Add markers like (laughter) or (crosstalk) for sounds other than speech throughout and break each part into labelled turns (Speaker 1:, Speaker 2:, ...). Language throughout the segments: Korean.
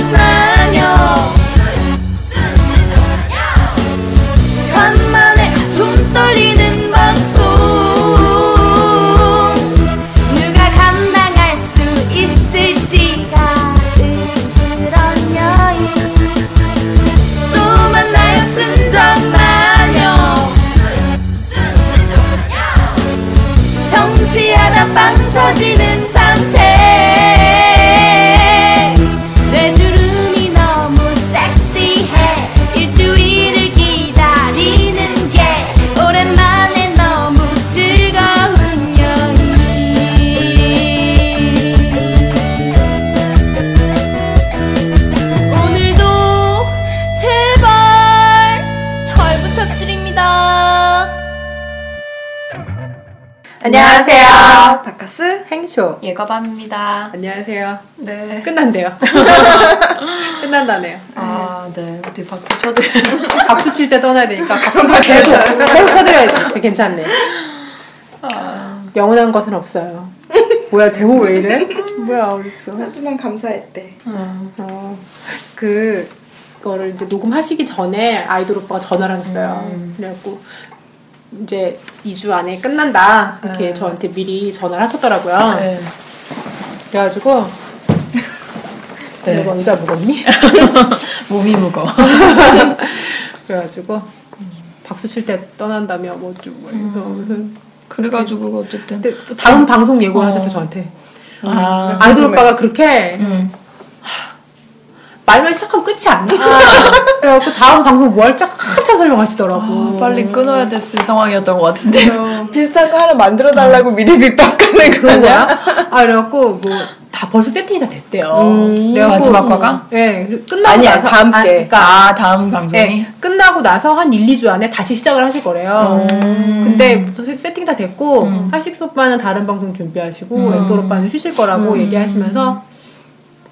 Speaker 1: 떠나요 간만에 숨 떨리는 방송 누가 감당할 수 있을지가 의심스런 여인 또 만나요 순정마녀 정취하다 빵 터지는 상태 내 주름이 너무 섹시해 일주일을 기다리는 게 오랜만에 너무 즐거운 여인 오늘도 제발 잘 부탁드립니다
Speaker 2: 안녕하세요. 바카스 행쇼.
Speaker 3: 예거밤입니다.
Speaker 2: 안녕하세요. (laughs)
Speaker 3: 네.
Speaker 2: 끝난대요. 끝난다네요.
Speaker 3: 아, 네. 어떻게 박수 쳐드려야지.
Speaker 2: 박수 칠 때 떠나야 되니까 박수 받쳐야 돼. 쳐드려야지. 괜찮네. 아. 영원한 것은 없어요. 뭐야 제목 왜 이래? 뭐야 어딨어?
Speaker 4: 하지만 감사했대.
Speaker 2: 어, 그 거를 이제 녹음하시기 전에 아이돌 오빠가 전화를 하셨어요. 그래갖고 이제 2주 안에 끝난다 이렇게
Speaker 3: 음.
Speaker 2: 저한테 미리 전화를 하셨더라고요.
Speaker 3: 네.
Speaker 2: 그래가지고
Speaker 3: (laughs) 네.
Speaker 2: 네. 너 의자 무겁니?
Speaker 3: (laughs) 몸이 무거워.
Speaker 2: (laughs) 그래가지고 박수 칠 때 떠난다며 뭐 어쩌고 그래서 무슨
Speaker 3: 음. 그래가지고, 어쨌든. 어.
Speaker 2: 근데 또 다음 방송 예고를 하셨대 저한테
Speaker 3: 아,
Speaker 2: 아이돌 오빠가 그렇게
Speaker 3: 음.
Speaker 2: 말만 시작하면 끝이 안 나. (laughs) 그래갖고 다음 방송 뭐 할지 한참 설명하시더라고.
Speaker 3: 아, 빨리 끊어야 됐을 상황이었던 것 같은데.
Speaker 2: 그래서
Speaker 4: 아, 비슷한 거 하나 만들어 달라고 미리 밑밥 가는
Speaker 2: 그런
Speaker 4: 그런
Speaker 2: 거야? 아 그래갖고 뭐 다 벌써 세팅이 다 됐대요. 그래갖고
Speaker 3: 마지막 화가?
Speaker 2: 예, 네, 끝나고
Speaker 4: 아니야,
Speaker 2: 나서
Speaker 4: 다음
Speaker 2: 아,
Speaker 4: 게.
Speaker 2: 그러니까
Speaker 3: 아, 다음 방송이?
Speaker 2: 네, 끝나고 나서 한 1, 2주 안에 다시 시작을 하실 거래요. 근데 세- 세팅 다 됐고, 하식스 오빠는 다른 방송 준비하시고, 앵콜 오빠는 쉬실 거라고 얘기하시면서,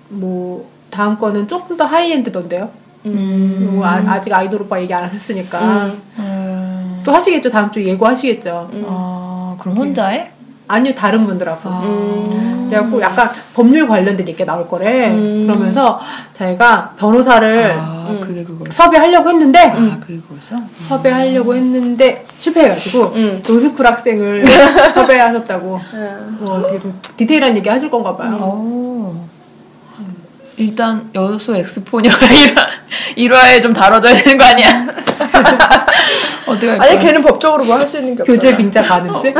Speaker 2: 뭐, 다음 거는 조금 더 하이엔드던데요. 뭐 아, 아직 아이돌 오빠 얘기 안 하셨으니까.
Speaker 3: 음.
Speaker 2: 또 하시겠죠. 다음 주 예고하시겠죠.
Speaker 3: 아, 그럼 혼자 해?
Speaker 2: 아니요, 다른 분들하고.
Speaker 3: 아.
Speaker 2: 그래갖고 약간 법률 관련된 얘기가 나올 거래. 그러면서 자기가 변호사를
Speaker 3: 아, 그게 그거였어.
Speaker 2: 섭외하려고 했는데,
Speaker 3: 아, 그게 그거였어?
Speaker 2: 섭외하려고 했는데 실패해가지고
Speaker 4: 응.
Speaker 2: 로스쿨 (laughs) 학생을 섭외하셨다고
Speaker 4: 응.
Speaker 2: 뭐 되게 좀 디테일한 얘기 하실 건가 봐요
Speaker 3: 오. 일단, 여수 엑스포녀가 (laughs) 1화, 화에좀 다뤄져야 되는 거 아니야? (laughs) 어떻게 할까?
Speaker 4: 아니 걔는 법적으로 뭐 할 수 있는 게 없잖아.
Speaker 2: 교재 빙자 (laughs) 가늠죄?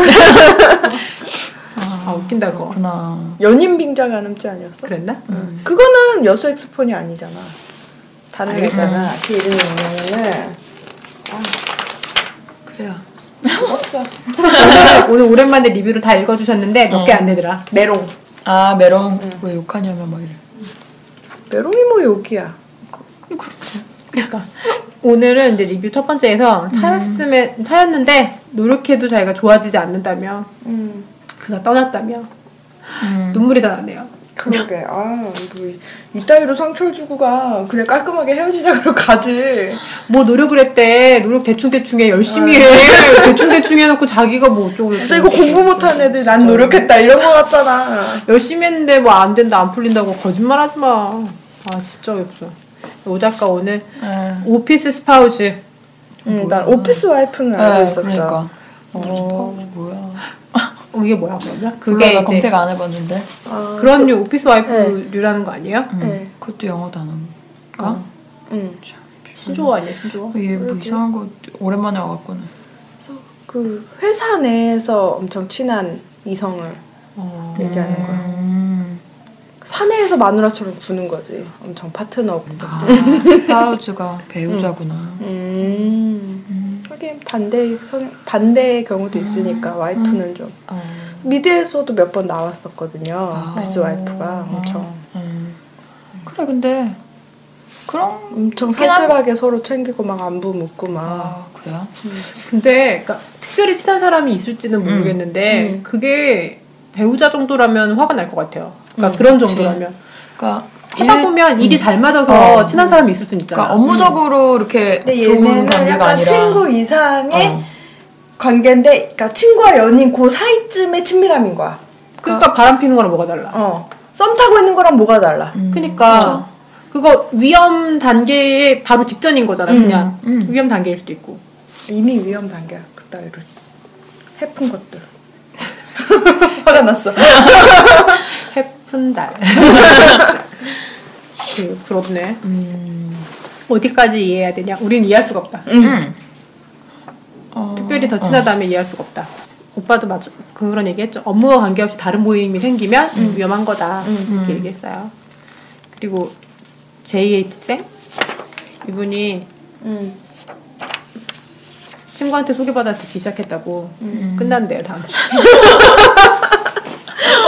Speaker 2: 아 웃긴다 그거
Speaker 3: 그렇구나.
Speaker 4: 연인 빙자 가늠죄 아니었어?
Speaker 2: 그랬나?
Speaker 4: 그거는 여수 엑스폰이 아니잖아. 다른 게 있잖아. 그 이름이 뭐냐면은 아,
Speaker 3: 그래요.
Speaker 4: 없어.
Speaker 2: (laughs) 오늘, 오늘 오랜만에 리뷰를 다 읽어주셨는데 몇 개 안 되더라
Speaker 4: 메롱.
Speaker 3: 아 메롱 왜 욕하냐면 막 이래
Speaker 4: 메롱이 뭐 여기야.
Speaker 2: 그러니까 오늘은 이제 리뷰 첫 번째에서 차였음에 차였는데 노력해도 자기가 좋아지지 않는다며
Speaker 4: 음.
Speaker 2: 그가 떠났다며
Speaker 3: 음.
Speaker 2: 눈물이 다 나네요
Speaker 4: 그러게. 아, 뭐 이따위로 상처를 주고 가. 그래 깔끔하게 헤어지자 그러 가지.
Speaker 2: 뭐 노력을 했대 노력 대충대충 해 열심히 해 대충대충 해놓고 자기가 뭐 어쩌고 저쩌고
Speaker 4: 근데 이거
Speaker 3: 음.
Speaker 4: 공부 못한 애들 난 노력했다 이런 거 같잖아.
Speaker 2: 열심히 했는데 뭐 안 된다 안 풀린다고 거짓말 하지 마. 아 진짜 없어. 오 작가 오늘
Speaker 3: 에.
Speaker 2: 오피스 스파우즈
Speaker 4: 음, 난 오피스 와이프는 알고 있었어.
Speaker 3: 그러니까
Speaker 2: 어.
Speaker 3: 어. 뭐야
Speaker 2: 어, 이게 뭐야 그러면?
Speaker 3: 그게
Speaker 2: 그게
Speaker 3: 나
Speaker 2: 이제
Speaker 3: 검색 안 해봤는데
Speaker 4: 아,
Speaker 2: 그런 류 오피스 와이프류라는 거 아니에요?
Speaker 3: 음.
Speaker 4: 네.
Speaker 3: 그것도 영어도 안 하니까
Speaker 4: 음.
Speaker 2: 신조어 아니에요 신조어?
Speaker 3: 이게 뭐 이상한 거 오랜만에 와갖고는
Speaker 4: 그래서 그 회사 내에서 엄청 친한 이성을
Speaker 2: 어.
Speaker 4: 얘기하는 거야.
Speaker 3: 음.
Speaker 4: 사내에서 마누라처럼 구는 거지. 엄청 파트너고.
Speaker 3: 아 파우즈가 배우자구나
Speaker 4: 음. 하긴 반대 성 반대의
Speaker 3: 음.
Speaker 4: 경우도 있으니까 와이프는 좀
Speaker 2: 어.
Speaker 4: 미드에서도 몇 번 나왔었거든요.
Speaker 3: 아.
Speaker 4: 비스 와이프가 엄청
Speaker 3: 음. 그래 근데 그런
Speaker 4: 엄청
Speaker 3: 그렇긴 한-
Speaker 4: 살뜰하게 서로 챙기고 막 안부 묻고 막.
Speaker 3: 아 그래요
Speaker 2: 근데 그러니까 특별히 친한 사람이 있을지는 모르겠는데
Speaker 4: 음.
Speaker 2: 그게 배우자 정도라면 화가 날 것 같아요. 그러니까 그런
Speaker 3: 음, 그치.
Speaker 2: 정도라면
Speaker 3: 그러니까
Speaker 2: 하다
Speaker 3: 일- 어.
Speaker 2: 보면 음. 일이 잘 맞아서 친한 사람이 있을 수는 있잖아.
Speaker 3: 그러니까 업무적으로 이렇게
Speaker 4: 근데
Speaker 3: 좋은
Speaker 4: 얘네는
Speaker 3: 관계가
Speaker 4: 약간
Speaker 3: 아니라
Speaker 4: 친구 이상의
Speaker 3: 어.
Speaker 4: 관계인데, 그러니까 친구와 연인 그 사이쯤의 친밀함인 거야.
Speaker 2: 그러니까 바람 피는 거랑 뭐가 달라?
Speaker 4: 어. 썸 타고 있는 거랑 뭐가 달라?
Speaker 3: 음.
Speaker 2: 그러니까
Speaker 3: 그쵸.
Speaker 2: 그거 위험 단계에 바로 직전인 거잖아 그냥
Speaker 3: 음.
Speaker 2: 위험 단계일 수도 있고
Speaker 4: 이미 위험 단계야 그따위로 해픈 것들 (laughs) 화가 났어
Speaker 2: 해픈
Speaker 3: (laughs)
Speaker 2: 달 그, 부럽네 어디까지 이해해야 되냐 우린 이해할 수가 없다
Speaker 3: 음. 어,
Speaker 2: 특별히 더 친하다면 이해할 수가 없다. 오빠도 맞아 그런 얘기했죠. 업무와 관계없이 다른 모임이 생기면 음, 위험한 거다 이렇게 얘기했어요. 그리고 JH 쌤 이분이
Speaker 4: 음.
Speaker 2: 친구한테 소개받아 듣기 시작했다고 끝난대요 다음 주.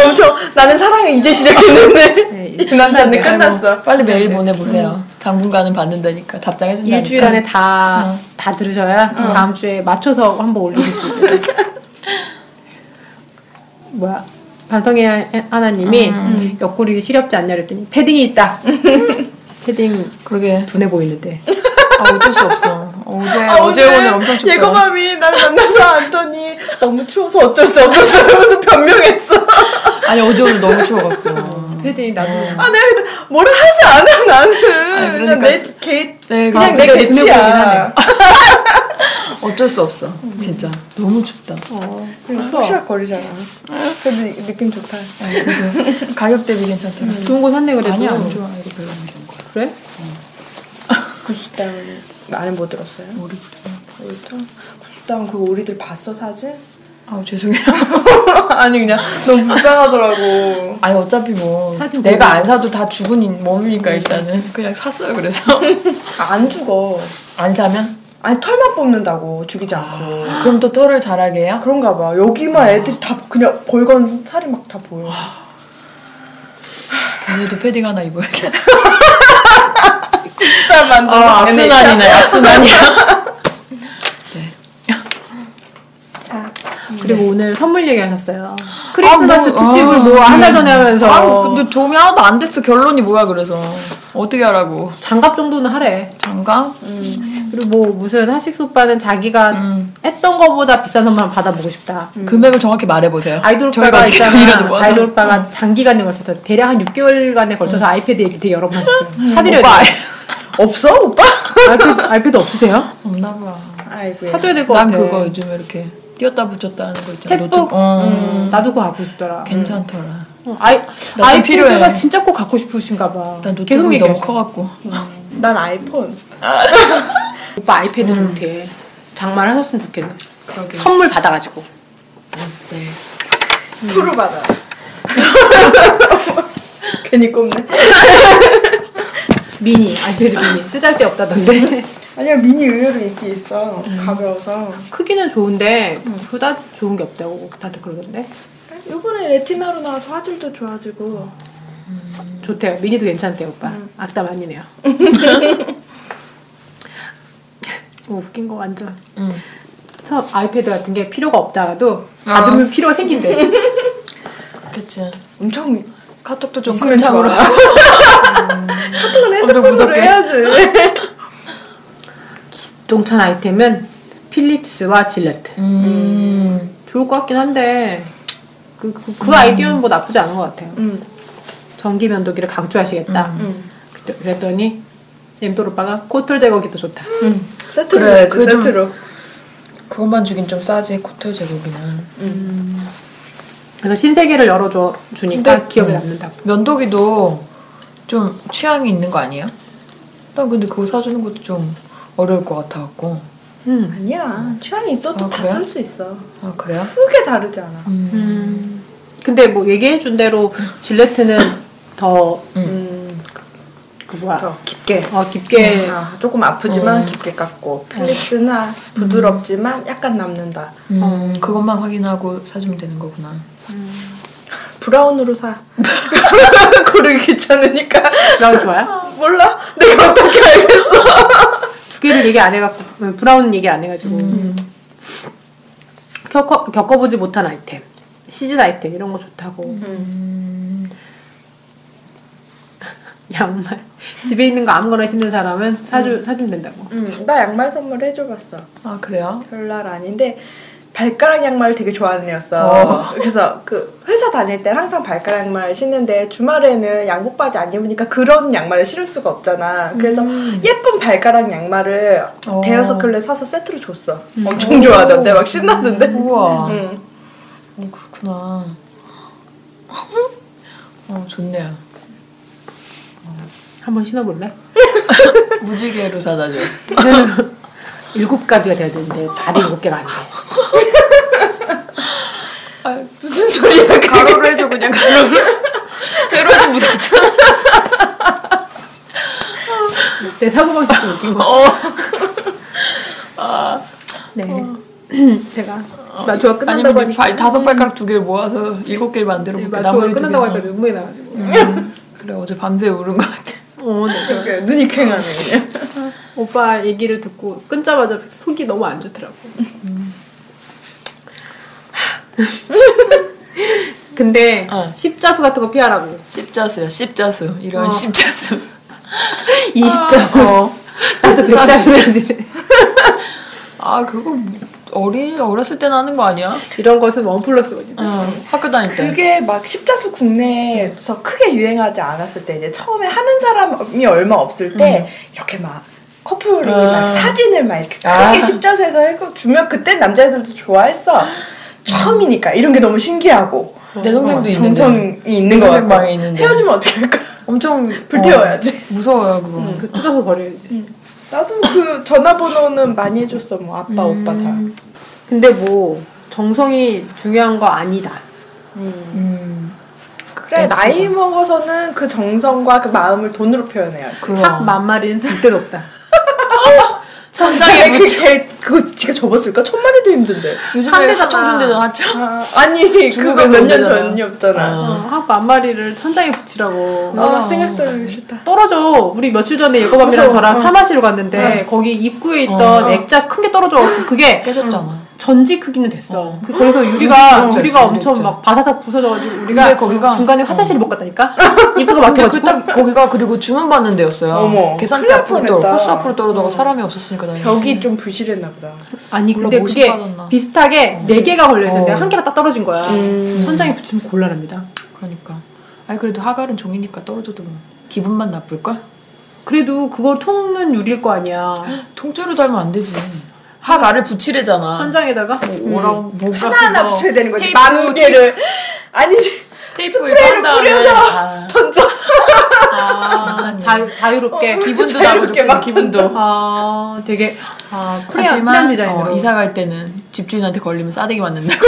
Speaker 4: 엄청 나는 사랑을 이제 (laughs)
Speaker 2: 네,
Speaker 4: 시작했는데
Speaker 2: 이제
Speaker 4: 이 남자는
Speaker 2: 끝났네요.
Speaker 4: 끝났어
Speaker 3: 빨리 메일 보내보세요. 당분간은 받는다니까 답장해 준다니까.
Speaker 2: 일주일 안에 다 다 들으셔야 다음 주에 맞춰서 한번 올리실 수 있어요. 뭐야? 반성의 하나님이 옆구리 시렵지 않냐 그랬더니 패딩이 있다. 패딩
Speaker 3: 그러게
Speaker 2: 눈에 보이는데.
Speaker 3: 아, 어쩔 수 없어. 어제
Speaker 4: 아,
Speaker 3: 네, 어제 오늘 엄청 춥다.
Speaker 4: 예고맘이 날 만나서 앉더니 너무 추워서 어쩔 수 없었어 이러면서 변명했어
Speaker 3: 아니 어제 오늘 너무 추워갖고.
Speaker 2: 패딩 나도
Speaker 4: 아 내가 근데 뭐라 하지 않아 나는
Speaker 3: 아니,
Speaker 4: 그냥
Speaker 3: 그러니까
Speaker 4: 내
Speaker 3: 좀-
Speaker 4: 개,
Speaker 3: 네,
Speaker 4: 그냥
Speaker 3: 맞아.
Speaker 2: 그게
Speaker 4: 내
Speaker 2: 눈에 보이긴
Speaker 4: 개치야 아,
Speaker 2: 하네.
Speaker 3: 어쩔 수 없어. 진짜 너무 춥다.
Speaker 2: 어, 추워.
Speaker 4: 푸시락거리잖아 네, 근데 느낌 좋다
Speaker 3: 그래도 가격 대비 괜찮더라.
Speaker 2: 좋은 거 샀네 음. 그래도.
Speaker 3: 아니 안 좋아 이거 별로 안 좋은 거야.
Speaker 2: 그래?
Speaker 4: 구수땅 나는 뭐 들었어요?
Speaker 3: 머리 부려.
Speaker 4: 오리탕? 구수땅 그거 우리들 봤어 사진?
Speaker 3: 아우 죄송해요.
Speaker 4: (laughs)
Speaker 3: (laughs)
Speaker 4: 아니 그냥 너무 불쌍하더라고
Speaker 3: 아니 어차피 뭐
Speaker 2: 사진
Speaker 3: 내가
Speaker 2: 보고.
Speaker 3: 안 사도 다 죽은 인- 몸이니까 일단은 그냥 샀어요. 그래서 (laughs)
Speaker 4: 아, 안 죽어
Speaker 3: 안 사면
Speaker 4: 아니 털만 뽑는다고 죽이지 않고
Speaker 3: 그럼 또 털을 자라게 해요.
Speaker 4: 그런가 봐 여기만 애들이 다 그냥 벌건 살이 막 다 보여
Speaker 3: 걔네도 패딩 하나
Speaker 2: (laughs)
Speaker 3: 입어야겠다.
Speaker 4: 쌀 만들어서
Speaker 3: 아 악순환이네 (laughs) 악순환이야. 네.
Speaker 2: 그리고 오늘 선물 얘기하셨어요. 크리스마스
Speaker 3: 뭐,
Speaker 2: 특집을
Speaker 3: 아,
Speaker 2: 뭐 한 달 전에 하면서 어.
Speaker 3: 아 근데 도움이 하나도 안 됐어. 결론이 뭐야 그래서 어떻게 하라고
Speaker 2: 장갑 정도는 하래.
Speaker 3: 장가?
Speaker 2: 그리고 뭐 무슨 하식 소빠는 자기가
Speaker 3: 음.
Speaker 2: 했던 거보다 비싼 선물 받아보고 싶다.
Speaker 3: 금액을 정확히 말해보세요.
Speaker 2: 음. 아이돌
Speaker 3: 저희가
Speaker 2: 오빠가
Speaker 3: 어떻게 음. 돈이라도
Speaker 2: 있잖아.
Speaker 3: 모아서
Speaker 2: 아이돌 오빠가 장기간에 걸쳐서 대략 한 6개월간에 걸쳐서 아이패드 얘기를 되게 여러 번 했어요. 사드려야
Speaker 3: 음. 오빠
Speaker 2: 돼요.
Speaker 4: 없어 오빠?
Speaker 2: 아이패드, 아이패드 없으세요?
Speaker 3: 없나 보야.
Speaker 4: 아이고
Speaker 2: 사줘야 될 것
Speaker 3: 네. 난
Speaker 2: 같아.
Speaker 3: 그거 요즘에 이렇게 띄었다 붙였다 하는 거 있잖아.
Speaker 2: 탭북?
Speaker 3: 노트북. 어,
Speaker 2: 음, 나도 그거 갖고 싶더라.
Speaker 3: 괜찮더라.
Speaker 2: 어, 아이,
Speaker 3: 나도 필요해.
Speaker 2: 아이패드가 진짜 꼭 갖고 싶으신가 봐.
Speaker 3: 난
Speaker 2: 계속
Speaker 3: 노트북이
Speaker 2: 얘기해.
Speaker 3: 너무 커갖고.
Speaker 4: 난 아이폰
Speaker 2: 오빠 아이패드 좋대. 장만 하셨으면 좋겠네.
Speaker 3: 그러게.
Speaker 2: 선물 받아가지고.
Speaker 3: 네.
Speaker 4: 투로 받아 (laughs) 괜히 꼽네
Speaker 2: 미니, 아이패드
Speaker 3: (laughs)
Speaker 2: 미니. 쓰잘데 없다던데.
Speaker 4: 아니야 미니 의외로 인기 있어 가벼워서
Speaker 2: 크기는 좋은데, 그다지 좋은 게 없다고 다들 그러던데.
Speaker 4: 요번에 레티나로 나와서 화질도 좋아지고
Speaker 2: 좋대요. 미니도 괜찮대요, 오빠. 악담
Speaker 3: (laughs)
Speaker 2: 아니네요. 오, 웃긴 거 완전.
Speaker 3: 응.
Speaker 2: 서 아이패드 같은 게 필요가 없다가도
Speaker 3: 아.
Speaker 2: 받으면 필요가
Speaker 3: (laughs)
Speaker 2: 생긴대.
Speaker 3: 그치.
Speaker 4: 엄청
Speaker 3: 카톡도 좀
Speaker 4: 있으면
Speaker 3: 큰 창으로.
Speaker 4: 좋아. 카톡은 핸드폰으로
Speaker 3: 무섭게.
Speaker 4: 해야지
Speaker 2: 동찬 아이템은 필립스와 질레트.
Speaker 3: 음.
Speaker 2: 좋을 것 같긴 한데 그, 그, 그 아이디어는 뭐 나쁘지 않은 것 같아요.
Speaker 4: 음.
Speaker 2: 전기 면도기를 강추하시겠다.
Speaker 3: 음.
Speaker 2: 그때 그랬더니 엠돌 오빠가 코털 제거기도 좋다.
Speaker 4: 음. 세트로
Speaker 3: 그래,
Speaker 4: 해야지
Speaker 3: 그거 좀-
Speaker 4: 세트로
Speaker 3: 그것만 주긴 좀 싸지, 코털 제국이는.
Speaker 2: 그래서 신세계를 열어줘 주니까
Speaker 3: 근데-
Speaker 2: 기억에
Speaker 3: 음.
Speaker 2: 남는다고.
Speaker 3: 면도기도 좀 취향이 있는 거 아니야? 난 근데 그거 사주는 것도 좀 어려울 것 같아갖고.
Speaker 2: 음.
Speaker 4: 아니야 음. 취향이 있어도
Speaker 3: 아,
Speaker 4: 다
Speaker 3: 그래요?
Speaker 4: 쓸 수 있어
Speaker 3: 아, 그래요?
Speaker 4: 크게 다르지 않아
Speaker 2: 근데 뭐 얘기해준 대로 질레트는 더 그
Speaker 4: 음,
Speaker 2: 뭐야
Speaker 4: 더 깊게
Speaker 2: 어 깊게
Speaker 4: 아, 조금 아프지만 깊게 깎고 필립스나 부드럽지만 약간 남는다
Speaker 3: 음, 그것만 확인하고 사주면 되는 거구나.
Speaker 4: 브라운으로 사 (laughs) 고르기 귀찮으니까
Speaker 2: 브라운 좋아요?
Speaker 4: 몰라 내가 어떻게 알겠어
Speaker 2: 두 개를 얘기 안 해갖고 어, 브라운 얘기 안 해가지고
Speaker 3: 음.
Speaker 2: 겪어 겪어보지 못한 아이템 시즌 아이템 이런 거 좋다고.
Speaker 4: 음,
Speaker 2: 양말 (laughs) 집에 있는 거 아무거나 신는 사람은 사주 사주면 된다고.
Speaker 4: 음, 나 양말 선물 해줘봤어
Speaker 3: 아, 그래요?
Speaker 4: 별날 아닌데 발가락 양말을 되게 좋아하는 애였어. 그래서 그 회사 다닐 때 항상 발가락 양말 신는데 주말에는 양복 바지 안 입으니까 그런 양말을 신을 수가 없잖아. 그래서 예쁜 발가락 양말을
Speaker 3: 어.
Speaker 4: 대여섯 켤레 사서 세트로 줬어. 엄청 좋아하던데 막 신났는데.
Speaker 3: 음,
Speaker 4: 음.
Speaker 3: 우와.
Speaker 4: 응.
Speaker 3: 어, 그렇구나. (laughs) 어, 좋네요.
Speaker 2: 한번 신어볼래?
Speaker 3: 무지개로 사다 줘.
Speaker 2: 일곱 가지가 돼야 되는데 발이 일곱 개가 안 돼.
Speaker 3: 아,
Speaker 4: 무슨 소리야?
Speaker 3: 가로로 해줘, 그냥 가로로. 세로 해도 무섭잖아.
Speaker 2: 내 사고방식 좀 웃긴 거.
Speaker 3: 어. 아,
Speaker 2: 네. (clears throat) 제가 마초가 끝난다고
Speaker 3: 어. 아니면
Speaker 2: 하니까
Speaker 3: 발, 다섯 발가락 두 개를 모아서 일곱 개를 만들어
Speaker 2: 네,
Speaker 3: 볼게.
Speaker 2: 마초가 끝난다고 하니까
Speaker 3: 개.
Speaker 2: 눈물이 나가지고.
Speaker 3: 그래, 어제 밤새 울은 것 같아.
Speaker 2: 어, 네. 제가
Speaker 4: 그러니까 눈이 퀭하네 그냥.
Speaker 2: 오빠 얘기를 듣고 끊자마자 속이 너무 안 좋더라고. (laughs) 근데
Speaker 3: 어.
Speaker 2: 십자수 같은 거 피하라고.
Speaker 3: 씹자수야, 씹자수. 이런
Speaker 2: 어.
Speaker 3: 씹자수.
Speaker 2: 20자수.
Speaker 3: 어.
Speaker 2: 나도
Speaker 3: 나
Speaker 2: 100자수.
Speaker 3: 아, 그거 어린, 어렸을 때 나는 거 아니야?
Speaker 2: (laughs) 이런 것은 원 플러스 원이다.
Speaker 3: 어, 학교 다닐 때.
Speaker 4: 그게 막 십자수 국내에서 크게 유행하지 않았을 때 이제 처음에 하는 사람이 얼마 없을 때 이렇게 막 커플로
Speaker 3: 음. 아.
Speaker 4: 막 사진을 막 이렇게
Speaker 3: 아.
Speaker 4: 크게 십자수에서 해고 주면 그때 남자애들도 좋아했어. 처음이니까 이런 게 너무 신기하고
Speaker 3: 내 동생도
Speaker 4: 어,
Speaker 3: 있는데.
Speaker 4: 정성이 있는 거
Speaker 3: 동생
Speaker 4: 같고
Speaker 3: 방에 있는데.
Speaker 4: 헤어지면 어떻게 할까? (laughs)
Speaker 3: 엄청
Speaker 4: 불태워야지.
Speaker 3: 어, 무서워요 그거.
Speaker 2: 그 뜯어서
Speaker 3: 음.
Speaker 2: 버려야지.
Speaker 4: 나도 그 전화번호는 많이 해줬어 뭐 아빠 오빠 다.
Speaker 3: 음,
Speaker 2: 근데 뭐 정성이 중요한 거 아니다.
Speaker 3: 음,
Speaker 4: 그래
Speaker 3: 역시나.
Speaker 4: 나이 먹어서는 그 정성과 그 마음을 돈으로 표현해야지.
Speaker 2: 탁
Speaker 3: 그럼.
Speaker 2: 만마리는 절대 높다.
Speaker 3: (laughs) 천장에 붙여.
Speaker 4: 그걔 그거 지가 접었을까? 천만에도 힘든데.
Speaker 3: 요즘에
Speaker 2: 한대잖아.
Speaker 3: 하청준대도 하청.
Speaker 4: 아,
Speaker 3: (laughs)
Speaker 4: 아니 그거
Speaker 3: 중국에서
Speaker 4: 몇 년
Speaker 3: 문제잖아.
Speaker 4: 전이었잖아.
Speaker 2: 어,
Speaker 3: 아.
Speaker 2: 학 만마리를 천장에 붙이라고.
Speaker 4: 아,
Speaker 3: 아.
Speaker 4: 생각도 하기 싫다.
Speaker 2: 떨어져. 우리 며칠 전에 예거밤이랑
Speaker 4: 무서워.
Speaker 2: 저랑
Speaker 4: 어.
Speaker 2: 차 마시러 갔는데 거기 입구에 있던
Speaker 3: 네. 어.
Speaker 2: 액자 큰 게 떨어져갖고 그게
Speaker 3: 깨졌잖아.
Speaker 2: 전지 크기는 됐어. 그, 래서 유리가
Speaker 3: 음,
Speaker 2: 유리가
Speaker 3: 있어,
Speaker 2: 엄청
Speaker 3: 있어.
Speaker 2: 막 바사삭 부서져가지고
Speaker 3: 근데
Speaker 2: 우리가
Speaker 3: 거기가-
Speaker 2: 중간에 화장실을 못
Speaker 3: (laughs)
Speaker 2: 갔다니까 입구가
Speaker 3: 근데
Speaker 2: 막혀가지고
Speaker 3: 그딱 거기가 그리고 주문 받는 데였어요.
Speaker 4: 어머,
Speaker 3: 계산대
Speaker 4: 큰일 날
Speaker 3: 앞으로 떨어,
Speaker 4: 뻔했다.
Speaker 3: 버스 앞으로 떨어져가 사람이 없었으니까 다행이지.
Speaker 4: 벽이 좀 부실했나 보다.
Speaker 2: 아니
Speaker 3: 몰라,
Speaker 2: 근데
Speaker 3: 뭐지
Speaker 2: 그게
Speaker 3: 빠졌나.
Speaker 2: 비슷하게 네 개가 걸려 있었는데
Speaker 3: 어.
Speaker 2: 한 개가 딱 떨어진 거야.
Speaker 4: 음.
Speaker 2: 천장에 붙이면 곤란합니다.
Speaker 3: 그러니까. 아니 그래도 하갈은 종이니까 떨어져도 뭐 기분만 나쁠 걸?
Speaker 2: 그래도 그걸 통은 유리일 거 아니야.
Speaker 3: 통째로 달면 안 되지. 하갈을 붙이래잖아.
Speaker 2: 천장에다가
Speaker 3: 뭐라고 뭔가
Speaker 4: 하나하나
Speaker 3: 그거
Speaker 4: 붙여야 되는 거지.
Speaker 3: 테이프,
Speaker 4: 만 개를 아니지.
Speaker 3: 테이프
Speaker 4: 스프레이를
Speaker 3: 입은 다음에.
Speaker 4: 뿌려서
Speaker 3: 아.
Speaker 4: 던져.
Speaker 2: 아, (laughs) 자유,
Speaker 4: (laughs)
Speaker 2: 자유롭게
Speaker 3: 예, 기분도
Speaker 4: 자유롭게
Speaker 3: 나고
Speaker 4: 막
Speaker 3: 기분도.
Speaker 2: 아 되게 아 프리한, 프리한
Speaker 3: 하지만
Speaker 2: 디자인으로
Speaker 3: 어, 이사 갈 때는 집주인한테 걸리면 싸대기 맞는다고.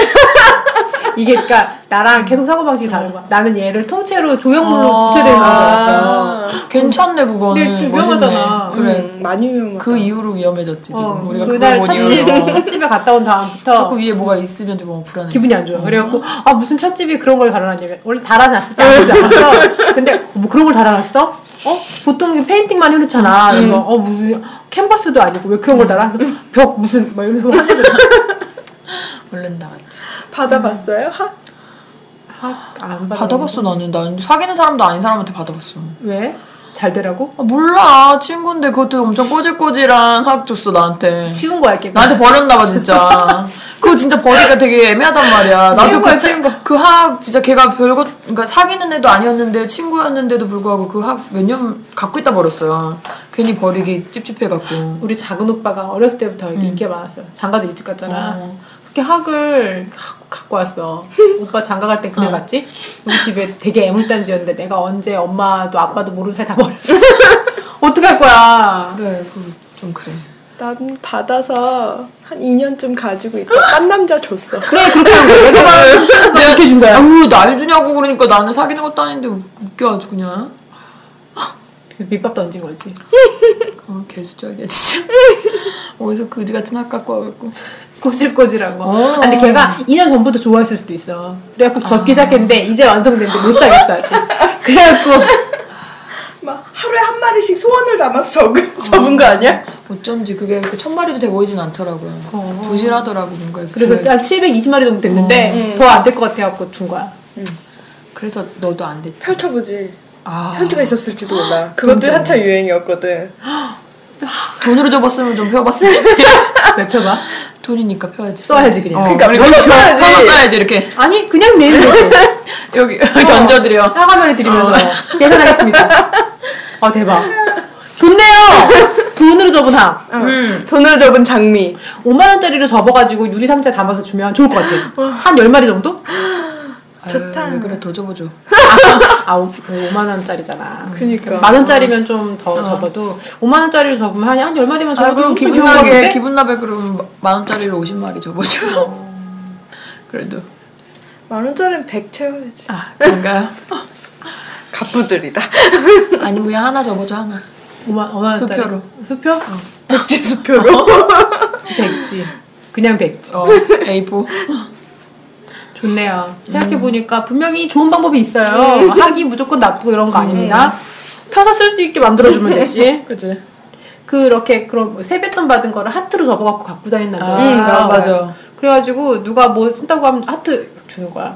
Speaker 2: 이게 그러니까 나랑 계속 사고 방식이 다른 거야. 나는 얘를 통째로 조형물로
Speaker 3: 음. 아.
Speaker 2: 붙여야 되는 거야.
Speaker 4: 아,
Speaker 3: (laughs) 괜찮네 그거는.
Speaker 2: 근데 좀 위험하잖아.
Speaker 3: 멋있네. 어, 그래.
Speaker 4: 음, 많이 유용하다.
Speaker 3: 그 이후로 위험해졌지 지금.
Speaker 2: 어,
Speaker 3: 우리가
Speaker 2: 그날
Speaker 3: 그걸 어. 못
Speaker 2: 찻집 (laughs)
Speaker 3: 이유로.
Speaker 2: 찻집에 갔다 온 다음부터
Speaker 3: 자꾸 위에 뭐가 있으면 좀 너무 불안해.
Speaker 2: 기분이 안 좋아. 그래갖고 아 무슨 찻집이 그런 걸 달아놨냐. 원래 달아놨을 때 아니지 않았어. 근데 뭐 그런 걸 달아놨어? 어? 보통 이렇게 페인팅만 해놓잖아. 그래서 어 무슨 캔버스도 아니고 왜 그런 걸 달아? 그래서 벽 무슨 막 이러면서 (laughs) 화내고
Speaker 3: 얼른 나갔지.
Speaker 4: 받아봤어요? 하?
Speaker 2: 아안 받아.
Speaker 3: 받아봤어 나는 나는 사귀는 사람도 아닌 사람한테 받아봤어.
Speaker 2: 왜? 잘 되라고?
Speaker 3: 아, 몰라 친구인데 그것도 엄청 꼬질꼬질한 학줬어 나한테.
Speaker 2: 치운 거야 걔가.
Speaker 3: 나한테 버렸나봐 진짜. 그거 진짜 버리기가 되게 애매하단 말이야. 나도
Speaker 2: 친구야,
Speaker 3: 그,
Speaker 2: 친구.
Speaker 3: 그 학, 진짜 걔가 별거, 그러니까 사귀는 애도 아니었는데 친구였는데도 불구하고 그 학 몇 년 갖고 있다 버렸어요. 괜히 버리기 찝찝해갖고.
Speaker 2: 우리 작은 오빠가 어렸을 때부터 인기가 많았어요. 장가도 일찍 갔잖아.
Speaker 3: 어.
Speaker 2: 그렇게 학을 갖고- 갖고 왔어. 오빠 장가 갈 때 그네 갔지? 우리 집에 되게 애물단지였는데 내가 언제 엄마도 아빠도 모르는 사이 다 버렸어. (laughs) 어떡할 거야.
Speaker 3: 그래, 그, 좀 그래.
Speaker 4: 난 받아서 한 2년쯤 가지고 있다. 딴 남자
Speaker 3: (laughs)
Speaker 4: 줬어.
Speaker 2: 그래, 그렇게 하는 거야. 내가 말하는 친구가 그렇게 준 거야.
Speaker 3: 아유, 날 주냐고 그러니까 나는 사귀는 것도 아닌데 웃- 웃겨 아주 그냥.
Speaker 2: 밑밥 던진 거지.
Speaker 3: 어, 개수작이야 진짜. 어디서 그지 같은 학 갖고 와갖고.
Speaker 2: 꼬질꼬질한 거.
Speaker 3: 어.
Speaker 2: 근데 걔가 2년 전부터 좋아했을 수도 있어. 그래갖고 접기 시작했는데 이제 완성됐는데 못 사겠어 아직. 그래갖고
Speaker 4: 막 하루에 한 마리씩 소원을 담아서
Speaker 3: 어.
Speaker 4: 적은 적은 거 아니야?
Speaker 3: 어쩐지 그게 그 천마리도 돼 보이진 않더라고요.
Speaker 2: 어.
Speaker 3: 부실하더라고 뭔가. 이렇게.
Speaker 2: 그래서 한 720마리 정도 됐는데 더 안 될 것 같아갖고 준 거야.
Speaker 3: 그래서 너도 안 됐지.
Speaker 4: 펼쳐보지.
Speaker 3: 아.
Speaker 4: 현지가 있었을지도 몰라. 그것도 한참 유행이었거든.
Speaker 3: 돈으로 접었으면 좀 펴봤을 텐데.
Speaker 2: 몇 표가?
Speaker 3: 돈이니까 펴야지.
Speaker 2: 써야지, 그냥.
Speaker 3: 어,
Speaker 4: 그러니까
Speaker 3: 그리고
Speaker 4: 물론 써야지.
Speaker 3: 써서 써야지 이렇게
Speaker 2: 아니 그냥 내는 거지.
Speaker 3: 여기
Speaker 2: 어.
Speaker 3: 여기 던져드려. 아, 어.
Speaker 2: 사과말을 드리면서 계산하겠습니다. 아 대박. 좋네요. 돈으로 접은 항.
Speaker 3: 음.
Speaker 4: 돈으로 접은 어. 장미.
Speaker 2: 5만 원짜리로 접어가지고 유리 상자에 담아서 주면 좋을 것 같아. 한 10마리 정도?
Speaker 4: 좋다.
Speaker 3: 아유, 왜 그래 도져보죠.
Speaker 2: 아 5, 5만 원짜리잖아.
Speaker 4: 그니까.
Speaker 2: 만 원짜리면 좀 더 접어도 5만 원짜리로 접으면 한, 한 10마리만
Speaker 3: 아,
Speaker 2: 접어도
Speaker 3: 그럼
Speaker 2: 아,
Speaker 3: 기분 나게 기분 나게 그럼 만 원짜리로 50마리 줘보죠. (laughs) 그래도
Speaker 4: 만 원짜리는 백 채워야지.
Speaker 3: 아 그런가요?
Speaker 4: 갑부들이다.
Speaker 3: (laughs) 어. 아니면 그냥 하나 줘보죠 하나.
Speaker 2: 5만, 5만 원짜리.
Speaker 3: 수표로.
Speaker 2: 수표? 어,
Speaker 4: 지수표로.
Speaker 2: 백지. 그냥 백지.
Speaker 3: 어 A4. 음.
Speaker 2: 좋네요. 생각해보니까 분명히 좋은 방법이 있어요.
Speaker 3: 네.
Speaker 2: 하기 무조건 나쁘고 이런 거
Speaker 3: 음.
Speaker 2: 아닙니다. 펴서 쓸 수 있게
Speaker 3: (laughs) 네.
Speaker 2: 만들어주면 되지.
Speaker 3: 그치.
Speaker 2: 그렇게 그런 뭐 세뱃돈 받은 거를 하트로 접어갖고 갖고 다닌단
Speaker 3: 아,
Speaker 2: 말이야.
Speaker 4: 맞아요.
Speaker 3: 맞아.
Speaker 2: 그래가지고 누가 뭐 쓴다고 하면 하트 주는 거야.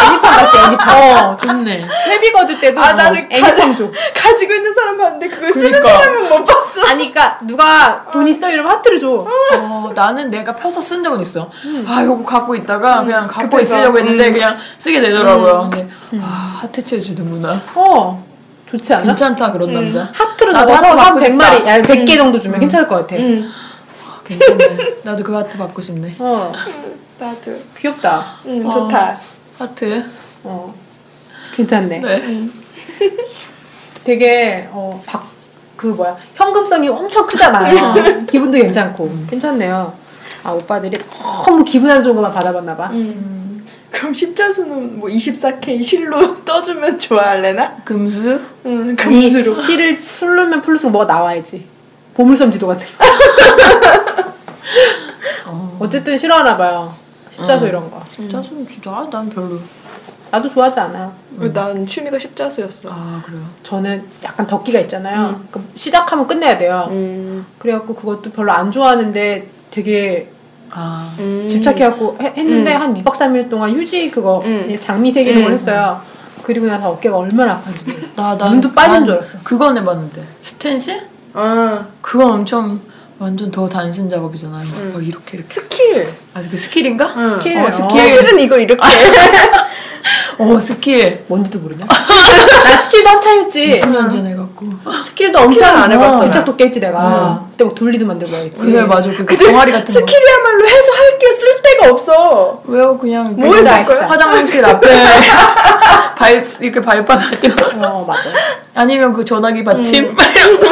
Speaker 2: 애니팡 같지 애니팡. 어.
Speaker 3: 좋네.
Speaker 2: 회비 거둘 때도
Speaker 4: 아,
Speaker 2: 뭐
Speaker 4: 나는
Speaker 2: 애니팡 줘.
Speaker 4: (laughs) 가지고 있는 사람 봤는데 그걸 쓰는
Speaker 2: 그니까.
Speaker 4: 사람은 못 봤어.
Speaker 2: 아니 그니까 누가 돈 있어 이러면 하트를 줘.
Speaker 3: 어, 나는 내가 펴서 쓴 적은 있어.
Speaker 2: 음.
Speaker 3: 아, 이거 갖고 있다가 그냥 갖고
Speaker 4: 급해서.
Speaker 3: 있으려고 했는데 그냥 쓰게
Speaker 2: 음.
Speaker 3: 되더라고요. 근데, 아, 하트 채워주는구나.
Speaker 2: 어. 좋지 않아?
Speaker 3: 괜찮다, 그런
Speaker 2: 음.
Speaker 3: 남자.
Speaker 2: 하트로
Speaker 3: 나도
Speaker 2: 접어서
Speaker 3: 하트
Speaker 2: 한
Speaker 3: 받고 싶다. 음.
Speaker 2: 100마리, 아니 100개 정도 주면 괜찮을 것 같아.
Speaker 4: 응.
Speaker 3: 괜찮네. 나도 그 하트 받고 싶네.
Speaker 2: 어.
Speaker 4: 나도.
Speaker 2: 귀엽다.
Speaker 4: 응,
Speaker 3: 어.
Speaker 4: 좋다.
Speaker 3: 하트.
Speaker 2: 어. 괜찮네. 음.
Speaker 3: 네.
Speaker 2: 되게 어, 박, 그 뭐야 현금성이 엄청
Speaker 4: 어.
Speaker 2: 크잖아. (laughs) 기분도 괜찮고 괜찮네요. 아 오빠들이 너무 기분 안 좋은 것만 받아봤나
Speaker 4: 음.
Speaker 2: 봐.
Speaker 3: 음.
Speaker 4: 그럼 십자수는 뭐 24K 실로 (laughs) 떠주면 좋아할래나?
Speaker 3: 금수?
Speaker 4: 응,
Speaker 2: 이
Speaker 4: 금수로.
Speaker 2: 실을 풀르면 풀수록 뭐가 나와야지. 보물섬지도 같은. 거. 어쨌든 싫어하나 봐요.
Speaker 4: 음.
Speaker 2: 십자수 이런 거.
Speaker 3: 십자수는 진짜, 아, 난 별로.
Speaker 2: 나도 좋아하지 않아.
Speaker 4: 난 취미가 십자수였어.
Speaker 3: 음. 아, 그래요.
Speaker 2: 저는 약간 덕기가 있잖아요. 그러니까 시작하면 끝내야 돼요.
Speaker 4: 음.
Speaker 2: 그래갖고 그것도 별로 안 좋아하는데 되게
Speaker 3: 아,
Speaker 2: 집착해갖고 해- 했는데 한 2박 3일 동안 휴지 그거
Speaker 4: 음.
Speaker 2: 장미 새기는 걸
Speaker 4: 음.
Speaker 2: 했어요. 그리고 나서 어깨가 얼마나 아픈지 몰라.
Speaker 3: 나, 나.
Speaker 2: 눈도 빠진
Speaker 3: 난
Speaker 2: 줄 알았어.
Speaker 3: 그건 해봤는데. 스탠시?
Speaker 4: 아,
Speaker 3: 그건 엄청 완전 더 단순 작업이잖아요. 막
Speaker 4: 음.
Speaker 3: 막 이렇게, 이렇게.
Speaker 4: 스킬.
Speaker 3: 아, 그 스킬인가?
Speaker 4: 응.
Speaker 2: 음. 스킬.
Speaker 3: 어,
Speaker 4: 어,
Speaker 3: 스킬.
Speaker 4: 실은 이거
Speaker 3: 아,
Speaker 4: 이렇게.
Speaker 3: 어, 스킬.
Speaker 2: 뭔지도 모르냐? 나 스킬도 엄청
Speaker 4: 예.
Speaker 2: 했지.
Speaker 3: 20년 전에 갖고.
Speaker 4: 아,
Speaker 2: 스킬도 엄청
Speaker 4: 안 해봤어,
Speaker 2: 집착
Speaker 4: 나.
Speaker 2: 돋게 했지 내가. 그때 막 둘리도 만들고 했지.
Speaker 3: 그래, 맞아. 그
Speaker 4: (laughs)
Speaker 3: 종아리 같은 거.
Speaker 4: 예. 스킬이야말로 해서 할 게 쓸 데가 없어.
Speaker 3: 왜요? 그냥
Speaker 4: 뭐
Speaker 3: 그냥
Speaker 2: 했을 거야?
Speaker 3: 화장실 앞에 (laughs) 발 이렇게 발바닥 띄워
Speaker 2: 어 맞아.
Speaker 3: 아니면 그 전화기 받침
Speaker 4: 음.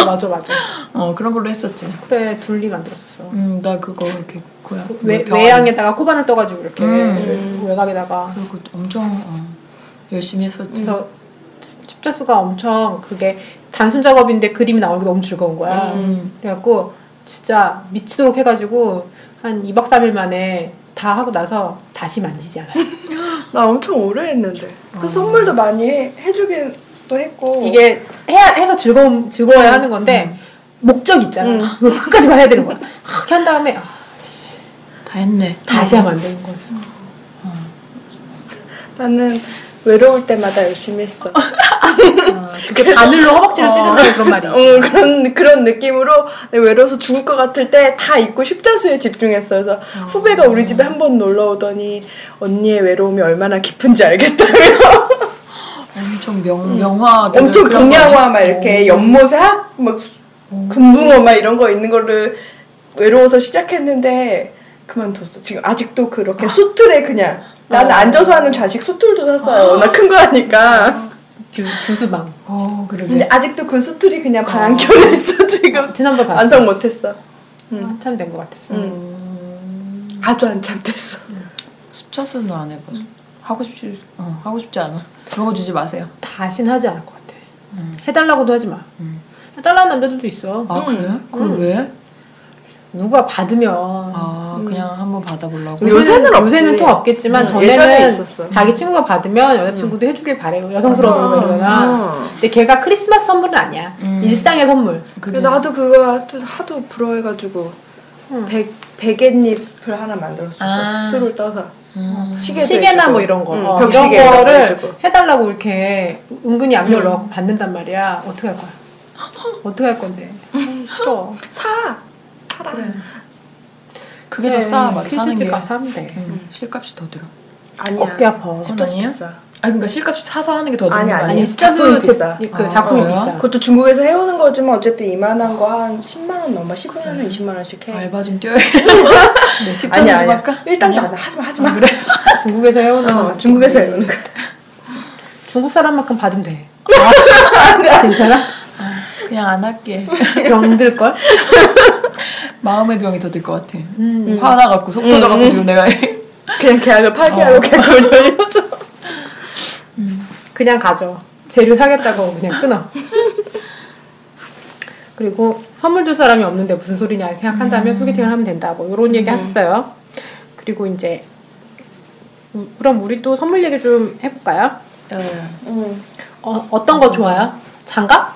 Speaker 2: 맞아 맞아.
Speaker 3: (laughs) 어 그런 걸로 했었지.
Speaker 2: 그래 둘리 만들었었어.
Speaker 3: 음 나 그거 이렇게 고야 뭐
Speaker 2: 외,
Speaker 3: 병원.
Speaker 2: 외양에다가 코바늘 떠가지고 이렇게
Speaker 3: 음.
Speaker 2: 외곽에다가
Speaker 3: 그리고 엄청 어, 열심히 했었지.
Speaker 4: 음.
Speaker 2: 그래서 십자수가 엄청 그게 단순 작업인데 그림이 나오는 게 너무 즐거운 거야.
Speaker 3: 음.
Speaker 2: 그래갖고 진짜 미치도록 해가지고 한 2박 3일 만에 다 하고 나서 다시 만지지 않았어.
Speaker 4: 나 엄청 오래 했는데. 그 선물도 많이 해, 해주긴 또 했고.
Speaker 2: 아. 이게 해야, 해서 즐거움, 즐거워야 하는 건데 목적 이 있잖아.
Speaker 4: 음.
Speaker 2: 이걸 끝까지만 해야 되는 거야. 그렇게 한 다음에 아,
Speaker 3: 다 했네.
Speaker 2: 다시 하면 안 되는 거였어.
Speaker 4: 나는 외로울 때마다 열심히 했어.
Speaker 2: 그게 바늘로 허벅지를 찌든다는 그런 말이.
Speaker 4: 응, 어, 그런, 그런 느낌으로 내가 외로워서 죽을 것 같을 때 다 입고 십자수에 집중했어요. 그래서
Speaker 2: 아.
Speaker 4: 후배가 우리 집에 한 번 놀러 오더니 언니의 외로움이 얼마나 깊은지 알겠다며.
Speaker 3: 어, 엄청 명 명화
Speaker 4: 음. 엄청
Speaker 3: 그런
Speaker 4: 동양화
Speaker 3: 거.
Speaker 4: 막 이렇게 연못에 학막 금붕어 막 이런 거 있는 거를 외로워서 시작했는데 그만뒀어. 지금 아직도 그렇게 수틀에 그냥 나는 앉아서 하는 좌식 수틀도 샀어요. 워낙 큰 거 하니까.
Speaker 3: 아.
Speaker 2: 규, 규수방.
Speaker 3: 어
Speaker 4: 근데
Speaker 3: 그러게.
Speaker 4: 아직도 그 수틀이 그냥 반겨에 있어 지금.
Speaker 2: 지난번 봤어. 아,
Speaker 4: 완성 못했어.
Speaker 2: 한참 된 것 같았어.
Speaker 4: 음.
Speaker 3: 음.
Speaker 4: 아주 한참 됐어.
Speaker 3: 습차수는 안 해봤어. 하고 싶지 어 하고 싶지 않아. 그런 거 주지 마세요.
Speaker 2: 다신 하지 않을 것 같아. 해달라고도 하지 마. 해달라는 남자들도 있어.
Speaker 4: 음.
Speaker 3: 아 그래? 그걸 왜?
Speaker 2: 누가 받으면
Speaker 4: 음.
Speaker 3: 아 그냥 한번 받아보려고.
Speaker 4: 요- 요새는 없지.
Speaker 2: 요새는 또 없겠지만
Speaker 4: 음, 예전에 있었어. 음.
Speaker 2: 전에는 자기 친구가 받으면 여자친구도 해주길 바래요. 여성스러워
Speaker 4: 맞아.
Speaker 2: 보이거나.
Speaker 4: 음.
Speaker 2: 근데 걔가 크리스마스 선물은 아니야.
Speaker 3: 음.
Speaker 2: 일상의 선물.
Speaker 3: 그지?
Speaker 4: 나도 그거 하도, 하도 부러워해가지고 백 백엔잎을 하나 만들었었어.
Speaker 3: 아.
Speaker 4: 스스로 떠서
Speaker 3: 음.
Speaker 4: 시계도
Speaker 2: 시계나
Speaker 4: 해주고.
Speaker 2: 뭐 이런 거
Speaker 4: 응,
Speaker 2: 어, 이런
Speaker 4: 벽시계 이런 거
Speaker 2: 거를
Speaker 4: 해주고. 음.
Speaker 2: 해달라고 이렇게 은근히 압력을 넣고 받는단 말이야. 어떻게
Speaker 4: 음,
Speaker 2: 할 거야? 어떻게 할 건데? 아, 싫어.
Speaker 4: 사. 사라.
Speaker 3: 그래. 그게
Speaker 4: 네,
Speaker 3: 더 싸. 막 사는 게
Speaker 2: 힐트집 가서 하면 돼.
Speaker 3: 음, 실값이 더 들어.
Speaker 4: 아니야.
Speaker 2: 어깨 아파.
Speaker 4: 집도
Speaker 3: 아니에요?
Speaker 4: 비싸.
Speaker 3: 아 그러니까 실값 사서 하는 게 더
Speaker 4: 아니,
Speaker 3: 드는
Speaker 4: 아니.
Speaker 3: 거 아니에요?
Speaker 2: 아니
Speaker 4: 작품이
Speaker 2: 스타도
Speaker 4: 비싸.
Speaker 2: 그
Speaker 3: 아,
Speaker 2: 작품이
Speaker 3: 그래요?
Speaker 2: 비싸.
Speaker 4: 그것도 중국에서 해오는 거지만 어쨌든 이만한 거 한 10만 원 넘어 15만 원 20만 원씩 해.
Speaker 3: 알바 좀
Speaker 4: (laughs)
Speaker 3: 뛰어야 직접
Speaker 4: 네. 아니야
Speaker 3: 좀
Speaker 4: 아니야.
Speaker 3: 할까?
Speaker 4: 일단
Speaker 3: 아니야?
Speaker 4: 나는 하지마 하지마. 그래.
Speaker 2: 중국에서 해오는
Speaker 4: (laughs) 어,
Speaker 2: 건
Speaker 4: 중국에서 해오는 거.
Speaker 2: 중국 사람만큼 받으면
Speaker 4: (laughs)
Speaker 2: 돼. (laughs)
Speaker 4: 아,
Speaker 2: 괜찮아?
Speaker 3: 그냥
Speaker 4: (laughs)
Speaker 3: 안 할게.
Speaker 2: 병들 걸?
Speaker 3: 마음의 병이 더 들 것 같아. 음,
Speaker 4: 음.
Speaker 3: 화나갖고 속 터져갖고 지금 내가 (laughs)
Speaker 4: 그냥 계약을 파기하고
Speaker 3: 어.
Speaker 4: 그냥 그걸 돌려줘.
Speaker 2: 그냥 가져. 재료 사겠다고 그냥 끊어. 그리고 선물 줄 사람이 없는데 무슨 소리냐 생각한다면 소개팅을 하면 된다. 뭐 이런 얘기 하셨어요. 그리고 이제 우- 그럼 우리 또 선물 얘기 좀 해볼까요?
Speaker 3: 어,
Speaker 4: 음.
Speaker 2: 어, 어떤 거 좋아요? 장갑?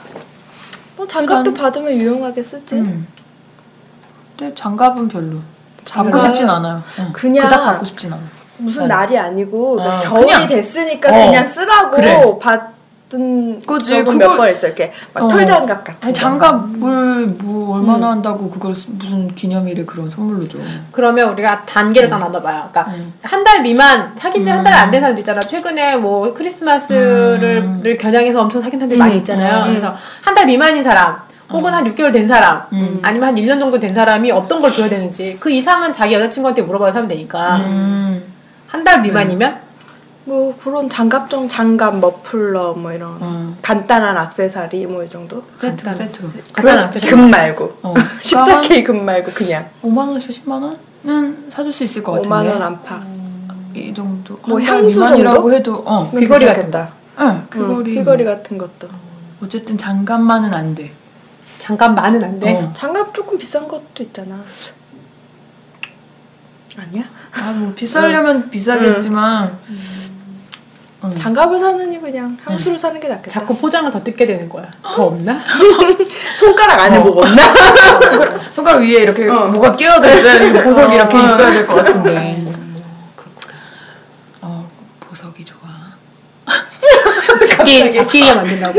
Speaker 4: 뭐 장갑도
Speaker 3: 일단-
Speaker 4: 받으면 유용하게 쓰지.
Speaker 3: 음. 근데 장갑은 별로.
Speaker 4: 장갑?
Speaker 3: 갖고 싶진 않아요. 응.
Speaker 4: 그냥-
Speaker 3: 그닥 갖고 싶진 않아.
Speaker 4: 무슨
Speaker 3: 난-
Speaker 4: 날이 아니고
Speaker 3: 아,
Speaker 4: 겨울이
Speaker 3: 그냥.
Speaker 4: 됐으니까
Speaker 3: 어.
Speaker 4: 그냥 쓰라고
Speaker 3: 그래.
Speaker 4: 받은
Speaker 3: 그거지,
Speaker 4: 적은
Speaker 3: 그걸-
Speaker 4: 몇번 있어 이렇게 막
Speaker 3: 어.
Speaker 4: 털장갑 같은.
Speaker 3: 아니
Speaker 4: 거.
Speaker 3: 장갑을
Speaker 4: 음.
Speaker 3: 뭐 얼마나 한다고 그걸 쓰- 무슨 기념일에 그런 선물로 줘.
Speaker 2: 그러면 우리가 단계를 다 나눠봐요. 그러니까
Speaker 3: 음.
Speaker 2: 한 달 미만 사귄 지 한 달 안 된 사람도 있잖아. 최근에 뭐 크리스마스를 를 겨냥해서 엄청 사귄 사람들이 많이 있잖아요. 그래서 한 달 미만인 사람, 혹은 한 6개월 된 사람, 아니면 한 1년 정도 된 사람이 어떤 걸 줘야 되는지 그 이상은 자기 여자친구한테 물어봐서 하면 되니까
Speaker 3: 음.
Speaker 2: 한 달 미만이면
Speaker 4: 뭐 그런 장갑 좀 장갑 머플러 뭐 이런
Speaker 3: 음.
Speaker 4: 간단한 악세사리 뭐 이 정도.
Speaker 3: 세트로 세트로.
Speaker 2: 간단한
Speaker 4: 그런 금 말고 (laughs)
Speaker 3: 어.
Speaker 4: 14K 금 말고 그냥
Speaker 3: 5만 원에서 10만 원은 사줄 수 있을 것
Speaker 4: 5만
Speaker 3: 뭐 같은데.
Speaker 4: 원 안팎.
Speaker 3: 이 정도.
Speaker 4: 뭐
Speaker 3: 한 달
Speaker 4: 향수
Speaker 3: 미만이라고
Speaker 4: 정도? 음,
Speaker 3: 해도 어.
Speaker 2: 귀걸이 같은
Speaker 4: 괜찮겠다.
Speaker 3: 응.
Speaker 4: 응, 귀걸이,
Speaker 3: 귀걸이.
Speaker 4: 같은 것도.
Speaker 3: 어쨌든 장갑만은 안 돼.
Speaker 2: 잠깐만은 안
Speaker 4: 네.
Speaker 2: 돼.
Speaker 3: 어.
Speaker 4: 장갑 조금 비싼 것도 있잖아. 아니야?
Speaker 3: 아뭐
Speaker 4: 음.
Speaker 3: 비싸려면 비싸겠지만 음.
Speaker 4: 장갑을 사느니 그냥 향수를 사는 게 낫겠다.
Speaker 2: 자꾸 포장을 더 뜯게 되는 거야. 더 없나?
Speaker 4: 손가락 안에 뭐가 없나?
Speaker 3: 손가락 위에 이렇게
Speaker 4: 어.
Speaker 3: 뭐가 끼어져 있어야 되고
Speaker 4: (laughs)
Speaker 3: 보석 이렇게 있어야 될 것 같은데.
Speaker 4: 음.
Speaker 3: 어 보석이 좋아.
Speaker 2: 작게 작게 만든다고.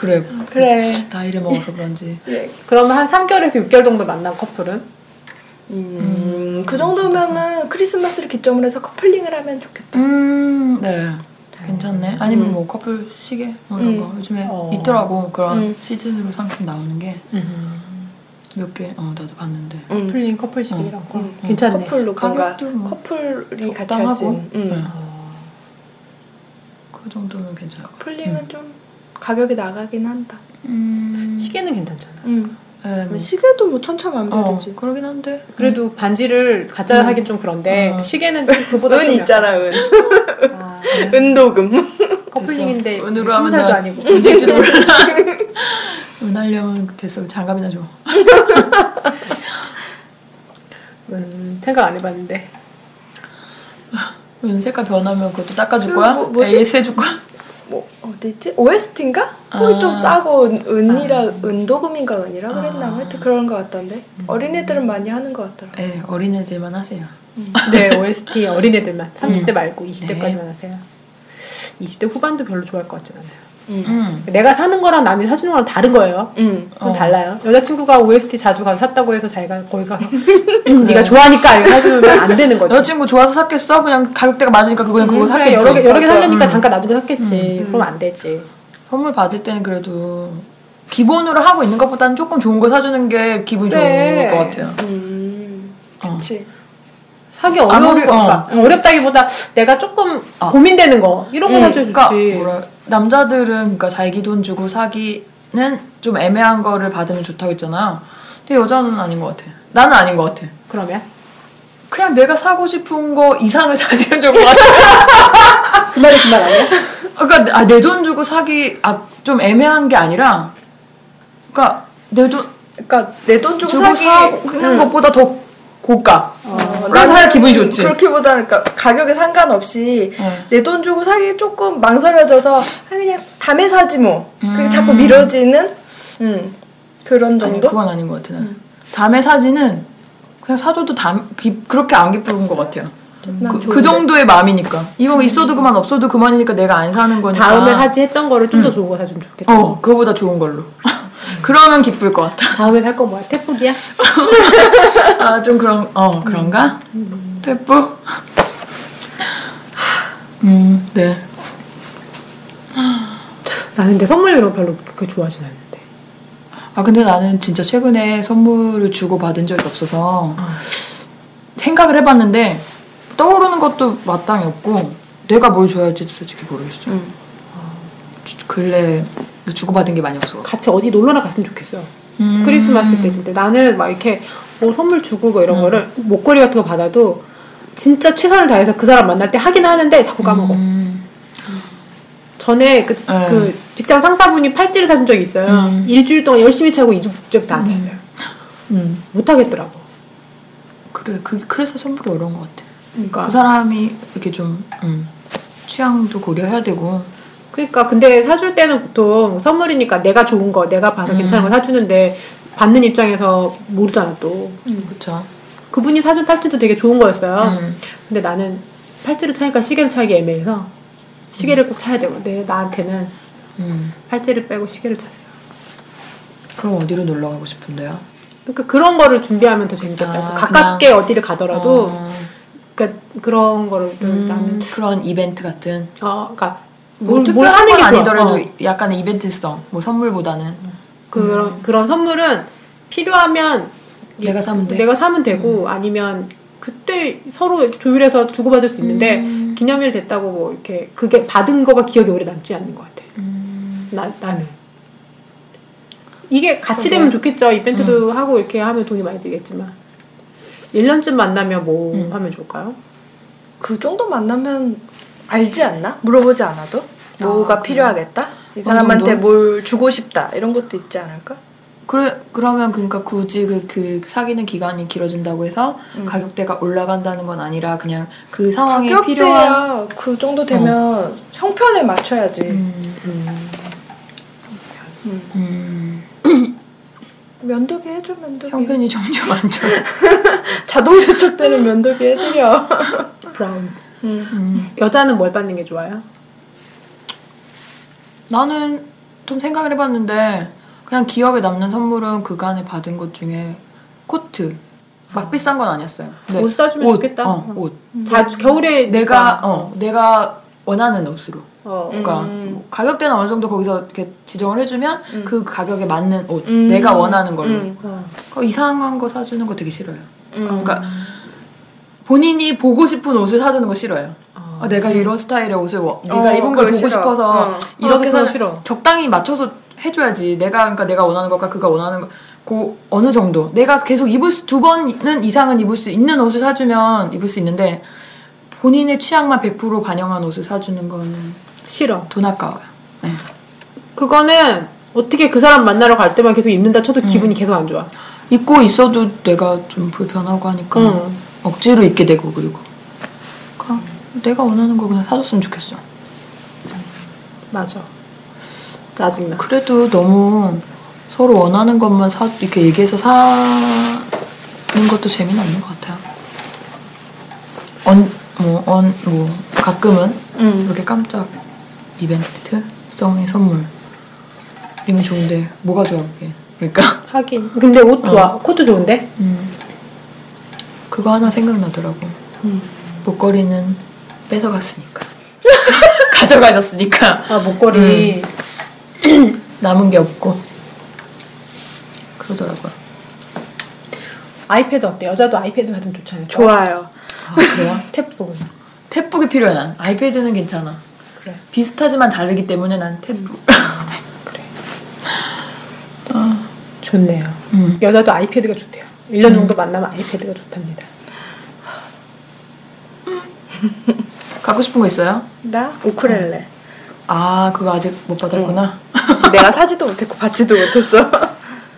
Speaker 3: 그래.
Speaker 4: 음, 그래.
Speaker 3: 음, 나이를 먹어서 그런지.
Speaker 4: 네.
Speaker 2: 그러면 한 3개월에서 6개월 정도 만난 커플은
Speaker 4: 음, 그 정도면은 크리스마스를 기점으로 해서 커플링을 하면 좋겠다.
Speaker 3: 음, 네. 괜찮네. 아니면 뭐 커플 시계 뭐 이런
Speaker 4: 음.
Speaker 3: 거 요즘에
Speaker 2: 어.
Speaker 3: 있더라고 그런
Speaker 4: 음.
Speaker 3: 시즌으로 상품 나오는 게 몇 개. 어 나도 봤는데.
Speaker 4: 음.
Speaker 2: 커플링 커플 시계 이런 거
Speaker 4: 음,
Speaker 2: 괜찮네.
Speaker 4: 커플로 뭔가
Speaker 3: 가격도 뭐
Speaker 4: 커플이 같이 할 수
Speaker 3: 적당하고.
Speaker 4: 있는. 음.
Speaker 3: 네. 그 정도면 괜찮아.
Speaker 4: 커플링은 좀 가격이 나가긴 한다.
Speaker 3: 음.
Speaker 2: 시계는 괜찮잖아.
Speaker 4: 음.
Speaker 3: 네, 뭐.
Speaker 4: 시계도 뭐
Speaker 3: 어,
Speaker 4: 천차만별이지.
Speaker 3: 그러긴 한데.
Speaker 2: 그래도 반지를 가짜 하긴 좀 그런데
Speaker 3: 음. 어.
Speaker 2: 시계는 좀 그보다
Speaker 4: 은
Speaker 2: 좀
Speaker 4: 있잖아 은.
Speaker 2: 약간, 아,
Speaker 4: 네. (laughs) 은도금.
Speaker 2: 커플링인데
Speaker 3: 됐어. 은으로
Speaker 2: 20살도
Speaker 3: 하면 나
Speaker 2: 아니고
Speaker 3: 존재지도 몰라. (laughs) 은하려면 됐어. 장갑이나 줘.
Speaker 2: 음, 생각 안 해봤는데
Speaker 3: 은 색깔 변하면 그것도 닦아줄
Speaker 4: 그
Speaker 3: 거야?
Speaker 4: 뭐- 뭐지?
Speaker 3: AS 해줄 거야?
Speaker 4: 뭐 어디 있지? OST인가? 거기
Speaker 3: 아.
Speaker 4: 좀 싸고 은, 은이라 은도금인가 은이라 그랬나
Speaker 3: 아.
Speaker 4: 하여튼 그런 것 같던데 어린애들은 많이 하는 것 같더라.
Speaker 3: 네, 어린애들만 하세요.
Speaker 2: 네 OST 어린애들만 30대 말고 20대까지만
Speaker 3: 네.
Speaker 2: 하세요 20대 후반도 별로 좋아할 것 같진 않아요
Speaker 3: 음.
Speaker 2: 내가 사는 거랑 남이 사주는 거랑 다른 거예요
Speaker 4: 음.
Speaker 2: 좀
Speaker 3: 어.
Speaker 2: 달라요 여자친구가 OST 자주 가서 샀다고 해서 자기가 거기 가서 (laughs) 네가 좋아하니까 이렇게 사주면 안 되는 거죠 음,
Speaker 3: 음. 여자친구 좋아서 샀겠어? 그냥 가격대가 맞으니까 그거 그냥 그거
Speaker 2: 그래,
Speaker 3: 샀겠지.
Speaker 2: 여러 개, 여러 개
Speaker 3: 맞아.
Speaker 2: 살려니까
Speaker 3: 음.
Speaker 2: 단가 놔두고 샀겠지 그럼 안 되지
Speaker 3: 선물 받을 때는 그래도 기본으로 하고 있는 것보다는 조금 좋은 걸 사주는 게 기분
Speaker 2: 그래.
Speaker 3: 좋을 것 같아요.
Speaker 4: 음.
Speaker 3: 어.
Speaker 4: 그치.
Speaker 2: 사기 어려운
Speaker 3: 아무리-
Speaker 2: 거, 그러니까 어렵다기보다 내가 조금
Speaker 3: 어.
Speaker 2: 고민되는 거 이런 거
Speaker 3: 음,
Speaker 2: 사줘야
Speaker 3: 그러니까
Speaker 2: 좋지.
Speaker 3: 뭐라- 남자들은 그러니까 자기 돈 주고 사기는 좀 애매한 거를 받으면 좋다고 했잖아요. 근데 여자는 아닌 것 같아. 나는 아닌 것 같아.
Speaker 2: 그러면
Speaker 3: 그냥 내가 사고 싶은 거 이상을 (laughs) 사주면 좋을 것 같아.
Speaker 2: 그 말이 그 말 아니야?
Speaker 3: 그러니까 내 돈 주고 사기 아, 좀 애매한 게 아니라, 그러니까 내 돈
Speaker 4: 그러니까 내 돈 주고
Speaker 3: 주고
Speaker 4: 사기. 뭐
Speaker 3: 사는 것보다 더 고가.
Speaker 4: 어,
Speaker 3: 그래서
Speaker 4: 나는
Speaker 3: 사야 기분이 좋지.
Speaker 4: 그렇기보다 그러니까 가격에 상관없이
Speaker 3: 네.
Speaker 4: 내 돈 주고 사기 조금 망설여져서 아, 그냥 담에 사지 뭐. 그리고 자꾸 미뤄지는 음. 그런
Speaker 3: 음. 아니
Speaker 4: 정도?
Speaker 3: 그건 아닌 것 같아. 난. 담에 사지는 그냥 사줘도 담 기, 그렇게 안 기쁜 것 같아요.
Speaker 4: 난
Speaker 3: 그, 그
Speaker 4: 좋은데.
Speaker 3: 정도의 마음이니까 이거 있어도 그만 없어도 그만이니까 어, 내가 안 사는 거니까 음.
Speaker 2: 다음에 하지 했던 거를 좀 더 좋은 거 사주면 좋겠다.
Speaker 3: 어 그거보다 좋은 걸로 (laughs) 그러면 기쁠 것 같아. (laughs)
Speaker 2: 다음에 살 건 뭐야? 태풍이야?
Speaker 3: 어. 아, 좀 그런, 어, 그런가? 퇴뿌? 음, 네.
Speaker 2: 나는 근데 선물 이런 거 별로 그렇게 좋아하진 않는데.
Speaker 3: 아, 근데 나는 진짜 최근에 선물을 주고 받은 적이 없어서 생각을 해봤는데 떠오르는 것도 마땅히 없고 내가 뭘 줘야 할지도 솔직히 모르겠어.
Speaker 4: 음.
Speaker 3: 근래 주고받은 게 많이 없어.
Speaker 2: 같이 어디 놀러나 갔으면 좋겠어요.
Speaker 3: 음.
Speaker 2: 크리스마스 때쯤 때 나는 막 이렇게 뭐 선물 주고 뭐 이런
Speaker 3: 음.
Speaker 2: 거를 목걸이 같은 거 받아도 진짜 최선을 다해서 그 사람 만날 때 하긴 하는데 자꾸 까먹어.
Speaker 3: 음.
Speaker 2: 전에 그,
Speaker 3: 네.
Speaker 2: 그 직장 상사분이 팔찌를 사준 적이 있어요.
Speaker 3: 음.
Speaker 2: 일주일 동안 열심히 차고 이주부터 안 찼어요.
Speaker 3: 음.
Speaker 2: 못 하겠더라고.
Speaker 3: 그래, 그, 그래서 선물이 어려운 것 같아.
Speaker 2: 그러니까
Speaker 3: 그 사람이 이렇게 좀 음, 취향도 고려해야 되고
Speaker 2: 그러니까 근데 사줄 때는 보통 선물이니까 내가 좋은 거, 내가 봐서 괜찮은 거 사주는데 받는 입장에서 모르잖아 또.
Speaker 3: 그렇죠.
Speaker 2: 그분이 사준 팔찌도 되게 좋은 거였어요.
Speaker 3: 음.
Speaker 2: 근데 나는 팔찌를 차니까 시계를 차기 애매해서 시계를 꼭 차야 되고 내 나한테는
Speaker 3: 음.
Speaker 2: 팔찌를 빼고 시계를 찼어.
Speaker 3: 그럼 어디로 놀러 가고 싶은데요?
Speaker 2: 그러니까 그런 거를 준비하면 더 재밌겠다.
Speaker 3: 아,
Speaker 2: 가깝게 어디를 가더라도
Speaker 3: 어,
Speaker 2: 그러니까 그런 거를
Speaker 3: 음,
Speaker 2: 나는
Speaker 3: 그런 이벤트 같은
Speaker 2: 어 그러니까
Speaker 3: 뭐
Speaker 2: 뭘, 뭘
Speaker 3: 특별한
Speaker 2: 하는 게
Speaker 3: 건
Speaker 2: 좋아.
Speaker 3: 아니더라도
Speaker 2: 어.
Speaker 3: 약간의 이벤트성 뭐 선물보다는
Speaker 2: 그런 그런 선물은 필요하면
Speaker 3: 내가 사면 돼.
Speaker 2: 예. 내가 사면 되고 아니면 그때 서로 조율해서 주고받을 수 있는데
Speaker 3: 음.
Speaker 2: 기념일 됐다고 뭐 이렇게 그게 받은 거가 기억에 오래 남지 않는 것 같아.
Speaker 3: 음.
Speaker 2: 나 나는 이게 같이 되면 좋겠죠. 이벤트도 하고 이렇게 하면 돈이 많이 들겠지만 1년쯤 만나면 뭐
Speaker 3: 음.
Speaker 2: 하면 좋을까요?
Speaker 4: 그 정도 만나면 알지 않나? 물어보지 않아도 뭐가
Speaker 3: 아, 그래요?
Speaker 4: 필요하겠다. 이
Speaker 3: 어느
Speaker 4: 사람한테
Speaker 3: 정도?
Speaker 4: 뭘 주고 싶다 이런 것도 있지 않을까?
Speaker 3: 그래 그러면 그러니까 굳이 그, 그 사귀는 기간이 길어진다고 해서
Speaker 4: 음.
Speaker 3: 가격대가 올라간다는 건 아니라 그냥 그 상황에
Speaker 4: 가격대야
Speaker 3: 필요한 어.
Speaker 4: 그 정도 되면 형편에 맞춰야지.
Speaker 3: 음,
Speaker 4: 음.
Speaker 3: 음,
Speaker 4: 면도기 해줘 면도기.
Speaker 3: 형편이 점점 안 좋아.
Speaker 4: 자동 (laughs) 세척되는 면도기 해드려.
Speaker 2: 브라운
Speaker 4: 음.
Speaker 3: 음.
Speaker 2: 여자는 뭘 받는 게 좋아요?
Speaker 3: 나는 좀 생각을 해봤는데 그냥 기억에 남는 선물은 그간에 받은 것 중에 코트 막 비싼 건 아니었어요. 근데
Speaker 2: 음. 옷 사주면
Speaker 3: 옷,
Speaker 2: 좋겠다. 음.
Speaker 3: 어, 옷.
Speaker 2: 자 겨울에
Speaker 3: 내가 어 내가 원하는 옷으로.
Speaker 2: 어.
Speaker 3: 그러니까
Speaker 4: 음.
Speaker 3: 뭐 가격대는 어느 정도 거기서 이렇게 지정을 해주면
Speaker 4: 음.
Speaker 3: 그 가격에 맞는 옷
Speaker 4: 음.
Speaker 3: 내가 원하는 걸로.
Speaker 4: 음.
Speaker 2: 어.
Speaker 3: 그거 이상한 거 사주는 거 되게 싫어요.
Speaker 4: 음.
Speaker 3: 그러니까 본인이 보고 싶은 옷을 사주는 거 싫어요.
Speaker 2: 어.
Speaker 3: 아, 내가 이런 스타일의 옷을 워- 네가
Speaker 4: 어,
Speaker 3: 입은 걸
Speaker 4: 그거
Speaker 3: 보고
Speaker 4: 싫어.
Speaker 3: 싶어서
Speaker 4: 어.
Speaker 2: 아,
Speaker 3: 이렇게
Speaker 2: 그거
Speaker 3: 사
Speaker 2: 싫어.
Speaker 3: 적당히 맞춰서 해줘야지. 내가 그러니까 내가 원하는 것과 그가 원하는 것, 그 어느 정도. 내가 계속 입을 수, 두 번은 이상은 입을 수 있는 옷을 사주면 입을 수 있는데 본인의 취향만 100% 반영한 옷을 사주는 건 돈
Speaker 2: 싫어.
Speaker 3: 아까워요. 네.
Speaker 2: 그거는 어떻게 그 사람 만나러 갈 때만 계속 입는다 쳐도 기분이 계속 안 좋아.
Speaker 3: 입고 있어도 내가 좀 불편하고 하니까
Speaker 2: 응.
Speaker 3: 억지로 입게 되고 그리고 그러니까 내가 원하는 거 그냥 사줬으면 좋겠어.
Speaker 2: 맞아. 짜증나.
Speaker 3: 그래도 너무 서로 원하는 것만 사 이렇게 얘기해서 사는 것도 재미는 없는 것 같아요. 언뭐언뭐 가끔은
Speaker 4: 음.
Speaker 3: 이렇게 깜짝 이벤트성의 선물이면 좋은데 뭐가 좋아 그게 그러니까
Speaker 2: 하긴. 근데 옷 좋아. 코트 좋은데?
Speaker 3: 음. 그거 하나 생각나더라고.
Speaker 4: 음.
Speaker 3: 목걸이는 뺏어갔으니까 (laughs) 가져가셨으니까
Speaker 2: 아 목걸이.
Speaker 3: 남은 게 없고 그러더라고요.
Speaker 2: 아이패드 어때? 여자도 아이패드 받으면 좋잖아요.
Speaker 4: 좋아요.
Speaker 3: 아 그래요?
Speaker 2: 탭북.
Speaker 3: 탭북이 필요해 난 아이패드는 괜찮아
Speaker 2: 그래.
Speaker 3: 비슷하지만 다르기 때문에 난 탭북
Speaker 2: 그래. 좋네요.
Speaker 3: 음.
Speaker 2: 여자도 아이패드가 좋대요. 1년 정도 만나면 아이패드가 좋답니다.
Speaker 3: 갖고 싶은 거 있어요?
Speaker 4: 나 우쿨렐레.
Speaker 3: 아 그거 아직 못 받았구나
Speaker 4: 내가 사지도 못했고 받지도 못했어.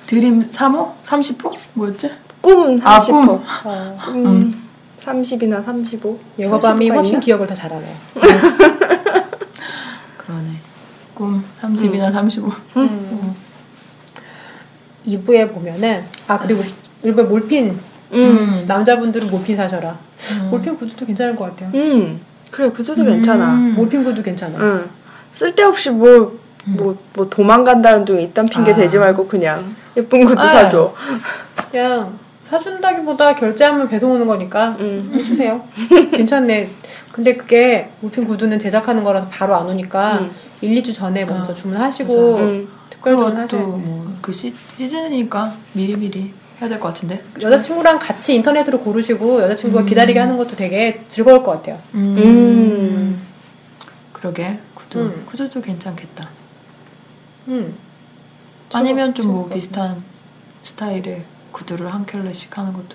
Speaker 3: 드림 3호? 30호? 뭐였지?
Speaker 4: 꿈
Speaker 3: 아,
Speaker 4: 30호.
Speaker 3: (laughs) 꿈. 음.
Speaker 2: 어.
Speaker 4: 꿈 30이나 35.
Speaker 2: 영어밤이
Speaker 4: 30호가
Speaker 2: 훨씬
Speaker 4: 있나?
Speaker 2: 기억을 다 잘하네요.
Speaker 3: 그러네 음. 꿈 30이나 35
Speaker 2: 2부에 보면은 아 그리고 일부에 몰핀
Speaker 3: 음.
Speaker 2: 남자분들은 몰핀 사셔라. 몰핀 구두도 괜찮을 것 같아요.
Speaker 4: 음. 그래 구두도 그 괜찮아.
Speaker 3: 음.
Speaker 2: 몰핀 구두 괜찮아.
Speaker 4: 응. 쓸데없이 뭐 뭐, 뭐 도망간다는 둥 이딴 핑계
Speaker 3: 아.
Speaker 4: 대지 말고 그냥 예쁜 구두
Speaker 3: 네.
Speaker 4: 사줘.
Speaker 2: 그냥 사준다기보다 결제하면 배송 오는 거니까
Speaker 4: 음.
Speaker 3: (laughs)
Speaker 2: 해주세요. 괜찮네. 근데 그게 우핀 구두는 제작하는 거라서 바로 안 오니까
Speaker 4: 음.
Speaker 2: 1, 2주 전에 먼저
Speaker 3: 아,
Speaker 2: 주문하시고
Speaker 4: 음.
Speaker 2: 특별
Speaker 3: 그것도
Speaker 2: 주문하세요.
Speaker 3: 뭐그 시즌이니까 미리미리 해야 될 것 같은데.
Speaker 2: 여자친구랑 같이 인터넷으로 고르시고 여자친구가 기다리게 하는 것도 되게 즐거울 것 같아요.
Speaker 3: 음.
Speaker 4: 음.
Speaker 3: 그러게 구두
Speaker 2: 음.
Speaker 3: 구두도 괜찮겠다.
Speaker 2: 음.
Speaker 3: 아니면 좀 뭐
Speaker 2: 즐거울 것
Speaker 3: 비슷한 스타일의 구두를 한 켤레씩 하는 것도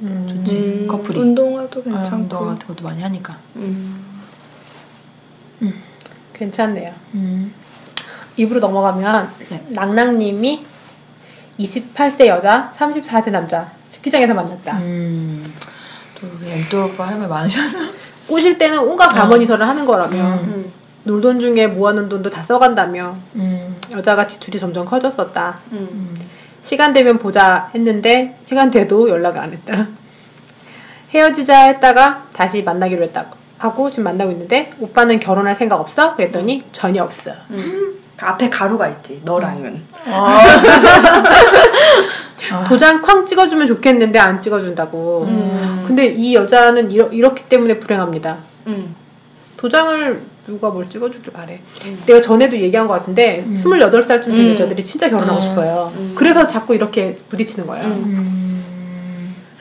Speaker 2: 음.
Speaker 3: 좋지.
Speaker 4: 음.
Speaker 3: 커플이. 아,
Speaker 4: 운동화도 괜찮고.
Speaker 3: 운동 같은 것도 많이 하니까.
Speaker 4: 음.
Speaker 2: 괜찮네요.
Speaker 3: 음.
Speaker 2: 입으로 넘어가면
Speaker 3: 네.
Speaker 2: 낭낭님이 28세 여자, 34세 남자 스키장에서 만났다.
Speaker 3: 음. 또 우리 엔돌 오빠 할 말 많으셔서.
Speaker 2: 꼬실 때는 온갖 가머니설을 하는 거라며
Speaker 3: 음.
Speaker 4: 음.
Speaker 2: 놀던 중에 모아놓은 돈도 다 써간다며
Speaker 3: 음.
Speaker 2: 여자가 지출이 점점 커졌었다.
Speaker 4: 음.
Speaker 2: 시간 되면 보자 했는데 시간 돼도 연락을 안 했다. (laughs) 헤어지자 했다가 다시 만나기로 했다 하고 지금 만나고 있는데 오빠는 결혼할 생각 없어? 그랬더니 전혀 없어.
Speaker 4: 그 앞에 가루가 있지. 너랑은. 아.
Speaker 2: 도장 쾅 찍어주면 좋겠는데 안 찍어준다고. 근데 이 여자는 이러, 이렇기 때문에 불행합니다.
Speaker 4: 음.
Speaker 2: 도장을 누가 뭘 찍어주길 바래. 내가 전에도 얘기한 것 같은데 28살쯤 된
Speaker 4: 음.
Speaker 2: 여자들이 진짜 결혼하고
Speaker 3: 음.
Speaker 2: 싶어요.
Speaker 4: 음.
Speaker 2: 그래서 자꾸 이렇게 부딪히는 거예요.
Speaker 4: 음.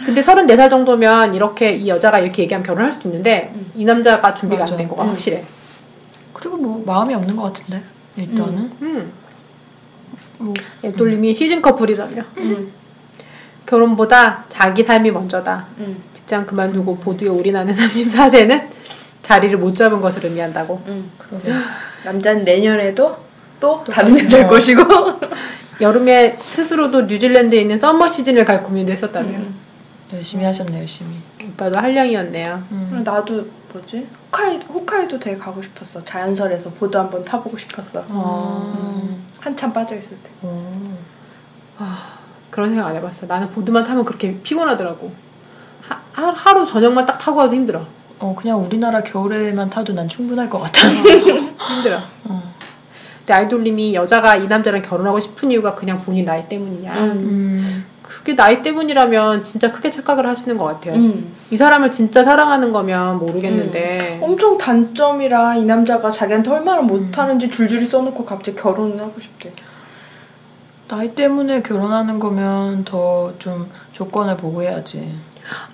Speaker 2: 근데 34살 정도면 이렇게 이 여자가 이렇게 얘기하면 결혼할 수도 있는데 이 남자가 준비가
Speaker 3: 맞아.
Speaker 2: 안 된 거가
Speaker 3: 음.
Speaker 2: 확실해.
Speaker 3: 그리고 뭐 마음이 없는 것 같은데 일단은
Speaker 2: 음.
Speaker 3: 뭐
Speaker 2: 애돌림이 시즌 커플이라며.
Speaker 4: 음.
Speaker 2: 결혼보다 자기 삶이 먼저다.
Speaker 4: 음.
Speaker 2: 직장 그만두고 보드에 올인하는 34세는 자리를 못 잡은 것을 의미한다고.
Speaker 4: 음.
Speaker 3: 그러게
Speaker 4: 남자는 내년에도 또 다른 여자일
Speaker 3: 어.
Speaker 4: 것이고.
Speaker 2: 여름에 스스로도 뉴질랜드에 있는 썸머 시즌을 갈 고민도 했었다며.
Speaker 3: 음.
Speaker 4: 음.
Speaker 3: 열심히 하셨네 열심히
Speaker 2: 오빠도 한량이었네요.
Speaker 4: 그럼 나도 뭐지? 홋카이, 홋카이도 되게 가고 싶었어. 자연설에서 보드 한번 타보고 싶었어. 아.
Speaker 3: 음.
Speaker 4: 한참 빠져있을 때.
Speaker 3: 어.
Speaker 2: 그런 생각 안 해봤어. 나는 보드만 타면 그렇게 피곤하더라고. 하, 하- 하루 저녁만 딱 타고 와도 힘들어.
Speaker 3: 어 그냥 우리나라 겨울에만 타도 난 충분할 것 같아 (laughs)
Speaker 2: 힘들어. 근데 아이돌님이 여자가 이 남자랑 결혼하고 싶은 이유가 그냥 본인 나이 때문이냐.
Speaker 3: 음.
Speaker 2: 그게 나이 때문이라면 진짜 크게 착각을 하시는 것 같아요.
Speaker 4: 음.
Speaker 2: 이 사람을 진짜 사랑하는 거면 모르겠는데.
Speaker 4: 엄청 단점이라 이 남자가 자기한테 얼마나 못하는지 줄줄이 써놓고 갑자기 결혼을 하고 싶대.
Speaker 3: 나이 때문에 결혼하는 거면 더 좀 조건을 보고 해야지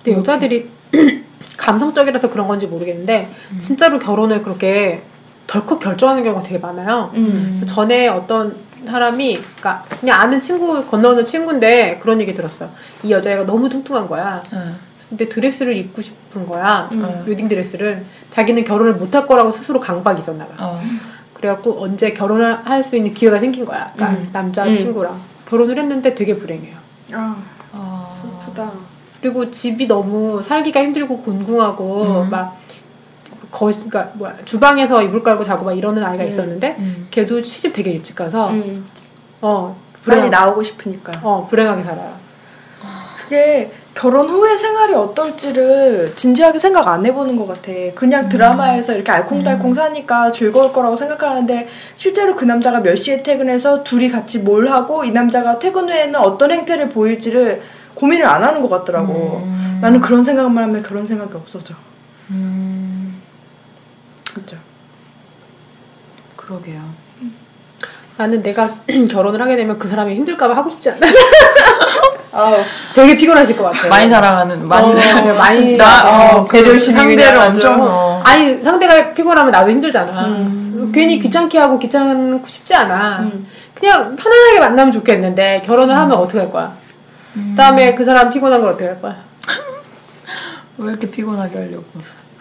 Speaker 2: 근데 여자들이 (clears throat) 감성적이라서 그런 건지 모르겠는데
Speaker 4: 음.
Speaker 2: 진짜로 결혼을 그렇게 덜컥 결정하는 경우가 되게 많아요.
Speaker 4: 음.
Speaker 2: 전에 어떤 사람이 그러니까 그냥 아는 친구 건너오는 친구인데 그런 얘기 들었어. 이 여자애가 너무 뚱뚱한 거야.
Speaker 3: 응.
Speaker 2: 근데 드레스를 입고 싶은 거야.
Speaker 4: 음.
Speaker 2: 웨딩 드레스를 자기는 결혼을 못 할 거라고 스스로 강박이 있었나 봐.
Speaker 3: 어.
Speaker 4: 음.
Speaker 2: 그래갖고 언제 결혼을 할 수 있는 기회가 생긴 거야. 그러니까 남자
Speaker 4: 음.
Speaker 2: 친구랑 결혼을 했는데 되게 불행해요.
Speaker 4: 아,
Speaker 3: 어.
Speaker 4: 슬프다.
Speaker 2: 그리고 집이 너무 살기가 힘들고 곤궁하고
Speaker 3: 음.
Speaker 2: 막 거의 그러니까 뭐야 주방에서 이불 깔고 자고 막 이러는 아이가 있었는데
Speaker 3: 음.
Speaker 2: 걔도 시집 되게 일찍 가서
Speaker 4: 음.
Speaker 2: 어
Speaker 4: 빨리
Speaker 2: 불행하,
Speaker 4: 나오고 싶으니까.
Speaker 2: 어 불행하게 살아요.
Speaker 4: 그게 결혼 후의 생활이 어떨지를 진지하게 생각 안 해보는 것 같아. 그냥 드라마에서 이렇게 알콩달콩 사니까 즐거울 거라고 생각하는데 실제로 그 남자가 몇 시에 퇴근해서 둘이 같이 뭘 하고 이 남자가 퇴근 후에는 어떤 행태를 보일지를 고민을 안 하는 것 같더라고.
Speaker 3: 음.
Speaker 4: 나는 그런 생각만 하면 결혼 생각이 없어져.
Speaker 3: 음.
Speaker 4: 진짜.
Speaker 3: 그러게요
Speaker 2: 나는 내가 (clears throat) 결혼을 하게 되면 그 사람이 힘들까봐 하고 싶지 않아. (laughs)
Speaker 4: 아우.
Speaker 2: 되게 피곤하실 것
Speaker 4: 네.
Speaker 2: 같아.
Speaker 3: 많이 사랑하는 많이
Speaker 2: 어,
Speaker 3: 사랑하는
Speaker 2: 많이
Speaker 3: 진짜
Speaker 4: 어, 배려심이
Speaker 3: 상대를
Speaker 4: 그냥
Speaker 3: 완전
Speaker 4: 아주-
Speaker 3: 어.
Speaker 2: 아니 상대가 피곤하면 나도 힘들잖아. 음. 괜히 귀찮게 하고 귀찮고 싶지 않아.
Speaker 4: 음.
Speaker 2: 그냥 편안하게 만나면 좋겠는데 결혼을 하면 어떻게 할 거야? 그다음에 그 사람 피곤한 걸 어떻게 할 거야?
Speaker 3: 왜 이렇게 피곤하게 하려고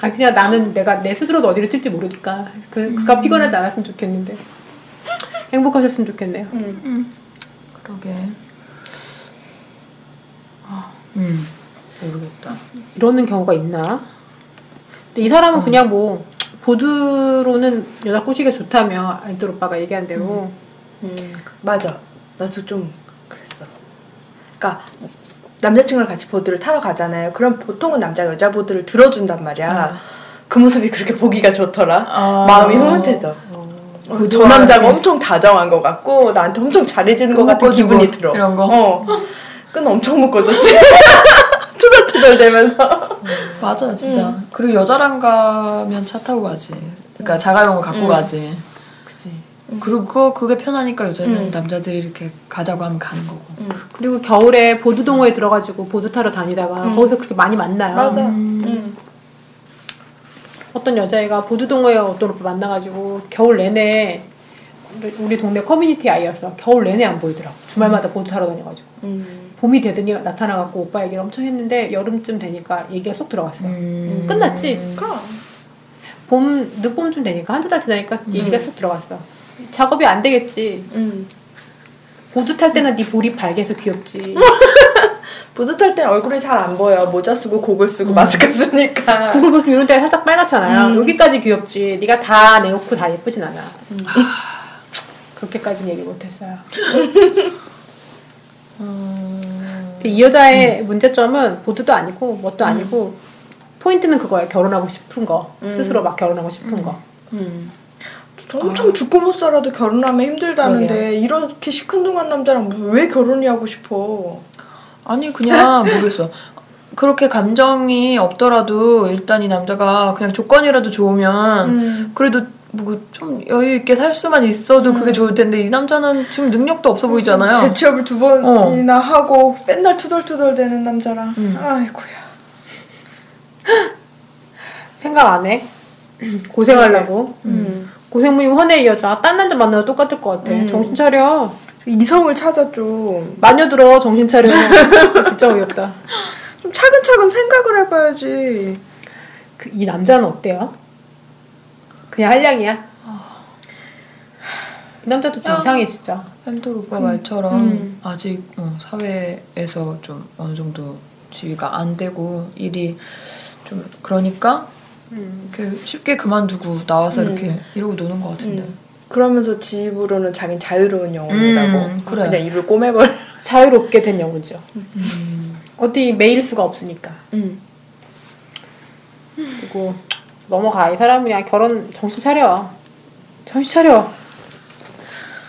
Speaker 2: 아 그냥 나는 내가 내 스스로도 어디로 튈지 모르니까 그 그가 피곤하지 않았으면 좋겠는데 행복하셨으면 좋겠네요.
Speaker 4: 음.
Speaker 3: 그러게. 아, 음, 모르겠다.
Speaker 2: 이러는 경우가 있나? 근데 이 사람은 그냥 뭐 보드로는 여자 꼬시기가 좋다며 아이돌 오빠가 얘기한 대로
Speaker 4: 음, 그- 맞아. 나도 좀 그랬어. 그러니까 남자친구랑 같이 보드를 타러 가잖아요. 그럼 보통은 남자가 여자 보드를 들어준단 말이야. 그 모습이 그렇게 보기가 좋더라.
Speaker 3: 아.
Speaker 4: 마음이 흐뭇해져. 어, 저 남자가 엄청 다정한 것 같고 나한테 엄청 잘해주는 것 같은
Speaker 3: 묶어주고
Speaker 4: 기분이 들어.
Speaker 3: 이런 거?
Speaker 4: 어. 끈 엄청 묶어줬지. (laughs) 투덜투덜 대면서.
Speaker 3: 맞아 진짜.
Speaker 4: 음.
Speaker 3: 그리고 여자랑 가면 차 타고 가지. 그러니까 자가용을
Speaker 4: 음.
Speaker 3: 갖고 가지.
Speaker 1: 그치.
Speaker 3: 그리고 그거- 그게 편하니까 요즘은 남자들이 이렇게 가자고 하면 가는 거고.
Speaker 2: 그리고 겨울에 보드동호회 들어가지고 보드 타러 다니다가 거기서 그렇게 많이 만나요.
Speaker 4: 음. 맞아. 음.
Speaker 2: 어떤 여자애가 보드동호회 어떤 오빠 만나가지고 겨울 내내 우리- 우리 동네 커뮤니티 아이였어. 겨울 내내 안 보이더라고. 주말마다
Speaker 4: 음.
Speaker 2: 보드 타러 다녀가지고. 봄이 되더니 나타나갖고 오빠 얘기를 엄청 했는데 여름쯤 되니까 얘기가 쏙 들어갔어.
Speaker 4: 음.
Speaker 2: 음, 끝났지?
Speaker 4: 그럼.
Speaker 2: 봄, 늦봄쯤 되니까 한두 달 지나니까 얘기가 쏙 들어갔어. 작업이 안 되겠지.
Speaker 4: 음.
Speaker 2: 보드 탈 때는 네 볼이 밝아서 귀엽지.
Speaker 4: 보드 탈 때는 얼굴이 잘 안 보여. 모자 쓰고 고글
Speaker 3: 음.
Speaker 4: 쓰고 마스크 쓰니까.
Speaker 2: 고글 보시면 이런 데가 살짝 빨갛잖아요. 여기까지 귀엽지. 네가 다 내놓고 다 예쁘진 않아. 그렇게까지는 얘기 못했어요. 근데 그 이 여자의 문제점은 보드도 아니고 뭣도 아니고 포인트는 그거예요. 결혼하고 싶은 거. 스스로 막 결혼하고 싶은 거.
Speaker 4: 저 음. 엄청 죽고 못 살아도 결혼하면 힘들다는데 이렇게 시큰둥한 남자랑 무슨- 왜 결혼이 하고 싶어?
Speaker 3: 아니 그냥 모르겠어. 그렇게 감정이 없더라도 일단 이 남자가 그냥 조건이라도 좋으면 그래도 뭐 좀 여유 있게 살 수만 있어도 그게 좋을 텐데 이 남자는 지금 능력도 없어 보이잖아요.
Speaker 4: 재취업을 두 번이나 하고 맨날 투덜투덜 대는 남자랑 아이고야.
Speaker 2: 생각 안 해. (clears throat) 고생하려고. 음. 고생문이면 헌해 이 여자. 딴 남자 만나도 똑같을 것 같아. 정신 차려.
Speaker 4: 이성을 찾아 좀,
Speaker 2: 마녀 들어 정신 차려. (laughs) 진짜 어이없다.
Speaker 4: 좀 차근차근 생각을 해봐야지.
Speaker 2: 그, 이 남자는 어때요? 그냥 한량이야. 이 남자도 좀
Speaker 3: 야.
Speaker 2: 이상해 진짜.
Speaker 3: 햄돌 오빠 말처럼 아직 어, 사회에서 좀 어느 정도 지위가 안 되고 일이 좀 그러니까 이렇게 쉽게 그만두고 나와서 이렇게 이러고 노는 것
Speaker 4: 음.
Speaker 3: 같은데.
Speaker 4: 그러면서 집으로는 자긴 자유로운 영혼이라고
Speaker 3: 음, 그래.
Speaker 4: 그냥 입을 꼬매버려.
Speaker 2: 자유롭게 된 영혼이죠. 어디 매일 수가 없으니까. 그리고 넘어가 이 사람은 그냥 결혼 정신 차려. 정신 차려.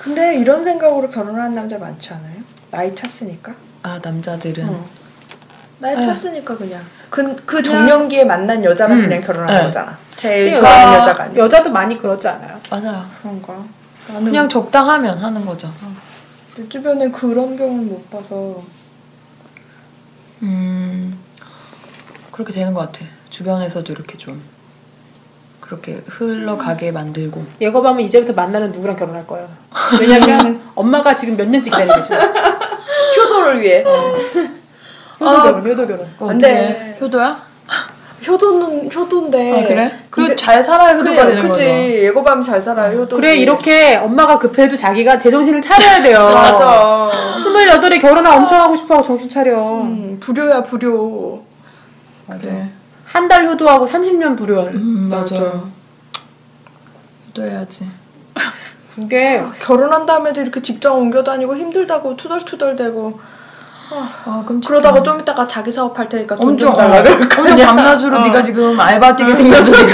Speaker 4: 근데 이런 생각으로 결혼하는 남자 많지 않아요? 나이 찼으니까.
Speaker 3: 아 남자들은
Speaker 4: 어. 나이 찼으니까 그냥 그, 그 정년기에 만난 여자랑
Speaker 3: 음.
Speaker 4: 그냥 결혼하는
Speaker 3: 네.
Speaker 4: 거잖아. 제일
Speaker 2: 근데
Speaker 4: 좋아하는
Speaker 3: 여자-
Speaker 4: 여자가 아니야.
Speaker 2: 여자도 많이 그러지 않아요?
Speaker 3: 맞아요.
Speaker 4: 그런가? 나는
Speaker 3: 그냥 적당하면 하는 거죠.
Speaker 4: 내 주변에 그런 경우는 못 봐서.
Speaker 3: 음 그렇게 되는 것 같아. 주변에서도 이렇게 좀 그렇게 흘러가게 만들고.
Speaker 2: 예거밤은 이제부터 만나는 누구랑 결혼할 거예요. 왜냐면 엄마가 지금 몇 년째 기다리고 있어.
Speaker 4: 효도를 위해.
Speaker 2: 효도 결혼, 효도 결혼.
Speaker 3: 그거
Speaker 4: 안
Speaker 3: 어떻게
Speaker 4: 돼.
Speaker 3: 해? 효도야?
Speaker 4: 효도는 효도인데.
Speaker 3: 아 그래?
Speaker 4: 근데-
Speaker 3: 그잘 살아야 효도가
Speaker 4: 그래,
Speaker 3: 되는
Speaker 4: 그치.
Speaker 3: 거죠.
Speaker 4: 예고밤 잘 살아요, 효도.
Speaker 2: 그래 이렇게 엄마가 급해도 자기가 제정신을 차려야 돼요. (laughs)
Speaker 3: 어.
Speaker 4: 맞아.
Speaker 2: 스물여덟에 결혼을 엄청 하고 싶어하고 정신 차려.
Speaker 4: 음, 불효야, 불효.
Speaker 3: 그래.
Speaker 2: 한 달 효도하고 30년 불효.
Speaker 3: 음, 맞아.
Speaker 4: 맞아.
Speaker 3: 효도해야지.
Speaker 2: 그게
Speaker 4: 결혼한 다음에도 이렇게 직장 옮겨 다니고 힘들다고 투덜투덜대고.
Speaker 3: 아, 그럼
Speaker 4: 그러다가 좀 이따가 자기 사업할 테니까 돈
Speaker 3: 엄청
Speaker 4: 좀 달라 그럴 거
Speaker 3: 엄청
Speaker 4: 아니야.
Speaker 3: 밤낮으로 네가 지금 알바 뛰게 생겼어 (laughs) 지금.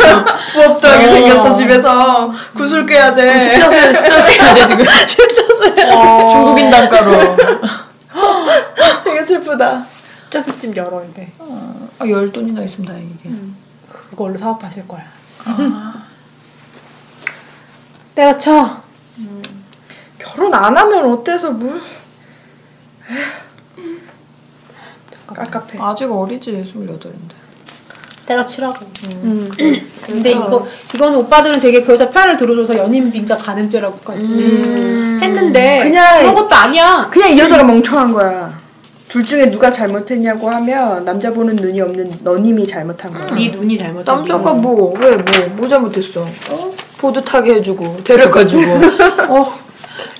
Speaker 4: 부업도 하게
Speaker 3: 어.
Speaker 4: 생겼어, 어, 집에서. 구슬 꿰야 돼. (laughs)
Speaker 3: 십자수야 십자수야 돼 (laughs) 지금. 어. 십자수야. 중국인 단가로.
Speaker 4: 되게 슬프다.
Speaker 2: 숫자 술집 열어야 돼.
Speaker 3: 아, 열 돈이나 있으면 다행이게.
Speaker 2: 그걸로 사업하실 거야. (laughs) 때려쳐.
Speaker 4: 결혼 안 하면 어때서 뭐. 에휴. 깝깝해.
Speaker 3: 아직 어리지 스물여덟인데.
Speaker 2: 때려치라고.
Speaker 4: 음.
Speaker 2: 근데 이거 이건 오빠들은 되게 그 여자 편을 들어줘서 연인 빙자 가늠죄라고까지 했는데
Speaker 4: 그냥-
Speaker 2: 음. 그런 것도 아니야.
Speaker 4: 그냥 이 여자가 멍청한 거야. 둘 중에 누가 잘못했냐고 하면 남자 보는 눈이 없는 너님이 잘못한 거야.
Speaker 2: 네 눈이 잘못한
Speaker 4: 어.
Speaker 3: 남자가 뭐 왜 뭐 뭐 잘못했어? 어? 보드 타게
Speaker 4: (laughs)
Speaker 3: 해주고 데려가지고. 어.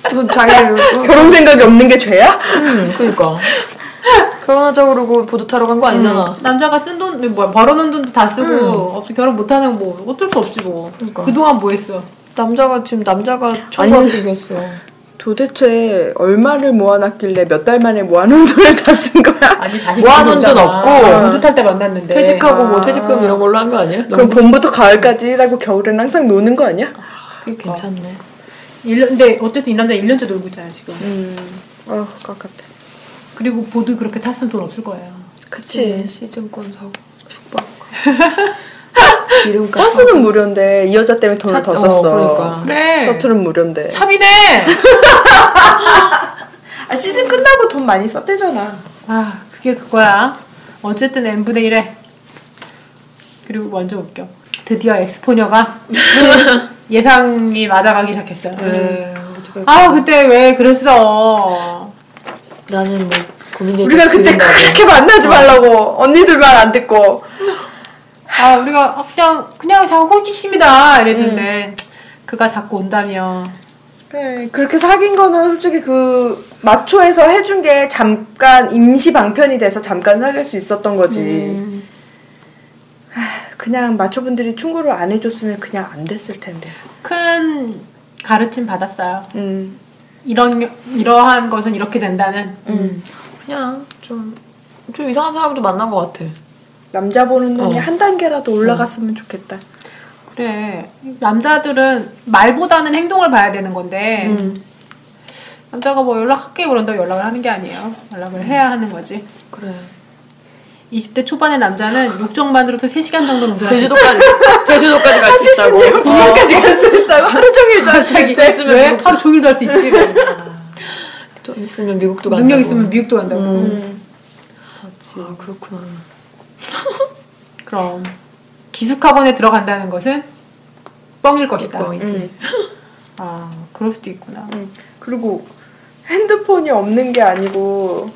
Speaker 3: 또 자기 어,
Speaker 4: 결혼 생각이 없는 게 죄야?
Speaker 3: 음, 그니까 결혼하자고 그러고 보드 타러 간 거
Speaker 4: 음.
Speaker 3: 아니잖아.
Speaker 2: 남자가 쓴 돈, 뭐, 벌어놓은 돈도 다 쓰고, 없 결혼 못하는 뭐, 어쩔 수 없지 뭐.
Speaker 3: 그러니까.
Speaker 2: 그동안뭐 했어?
Speaker 3: 남자가 지금 남자가 청소하고 생겼어.
Speaker 4: 네. 도대체 얼마를 모아놨길래 몇 달 만에 모아놓은 돈을 다 쓴 거야?
Speaker 2: 아니, 다시
Speaker 3: 모아놓은 돈 없고.
Speaker 2: 모두 탈 때 만났는데.
Speaker 3: 퇴직하고 뭐
Speaker 4: 아.
Speaker 3: 퇴직금 이런 걸로 한 거 아니야?
Speaker 4: 그럼 봄부터 가을까지 일하고 겨울엔 항상 노는 거 아니야?
Speaker 3: 그게 괜찮네.
Speaker 2: 1년, 근데 어쨌든 이 남자 1년째 놀고 있잖아요, 지금.
Speaker 4: 음, 어, 그것 같아.
Speaker 2: 그리고 보드 그렇게 탔으면 돈 없을 거예요.
Speaker 4: 음.
Speaker 3: 그치. 시즌권 사고
Speaker 4: (laughs)
Speaker 3: 숙박 기름값.
Speaker 4: 버스는 무료인데 이 여자 때문에 돈을
Speaker 3: 차-
Speaker 4: 더
Speaker 3: 어,
Speaker 4: 썼어. 네.
Speaker 3: 그러니까.
Speaker 2: 그래.
Speaker 4: 아, 셔틀은 무료인데.
Speaker 2: 참이네! (laughs)
Speaker 4: 아, 시즌 끝나고 돈 많이 썼대잖아.
Speaker 2: 아, 그게 그거야. 어쨌든 n분의 1에. 그리고 먼저 웃겨. 드디어 엑스포녀가 예상이 맞아가기 시작했어요.
Speaker 3: 에이, 어떡해.
Speaker 2: 아, 그때 왜 그랬어.
Speaker 3: 나는 뭐 고민이
Speaker 4: 우리가 네, 그때 그렇게 만나지 말라고 언니들 말 안 듣고
Speaker 2: 아, 우리가 그냥, 그냥 다 홀기심이다.
Speaker 3: 음.
Speaker 2: 이랬는데, 그가 자꾸 온다며.
Speaker 4: 네, 그래 그렇게 사귄 거는 솔직히 그 마초에서 해준 게 잠깐 임시 방편이 돼서 잠깐 사귈 수 있었던 거지 음. 하, 그냥 마초분들이 충고를 안 해줬으면 그냥 안 됐을 텐데
Speaker 2: 큰 가르침 받았어요.
Speaker 4: 음.
Speaker 2: 이런, 이러한 것은 이렇게 된다는.
Speaker 4: 음.
Speaker 3: 그냥 좀. 좀 이상한 사람도 만난 것 같아.
Speaker 4: 남자 보는 눈이
Speaker 3: 어.
Speaker 4: 한 단계라도 올라갔으면 좋겠다
Speaker 2: 그래. 남자들은 말보다는 행동을 봐야 되는 건데,
Speaker 3: 음.
Speaker 4: 음.
Speaker 2: 남자가 뭐 연락할게 그런다고 연락을 하는 게 아니에요. 연락을 해야 하는 거지.
Speaker 3: 그래.
Speaker 2: 20대 초반의 남자는 욕정만으로도 3시간 정도는 운전할 수 있다. (laughs)
Speaker 3: 제주도까지 제주도까지 갈 수 있다고. 어.
Speaker 4: 부산까지 갈 수 있다고 하루 종일 자기
Speaker 3: 있으면
Speaker 2: 왜?
Speaker 3: 미국-
Speaker 2: 하루 종일도 할 수 있지.
Speaker 3: 좀 있으면 미국도 간다고. 음.
Speaker 2: 능력 있으면 미국도 간다고.
Speaker 4: 음.
Speaker 3: 그렇지. 아, 그렇구나.
Speaker 2: 그럼 기숙학원에 들어간다는 것은 뻥일 것이다.
Speaker 3: 어,
Speaker 2: 음.
Speaker 3: 뻥이지.
Speaker 2: 아, 그럴 수도 있구나.
Speaker 4: 음, 그리고 핸드폰이 없는 게 아니고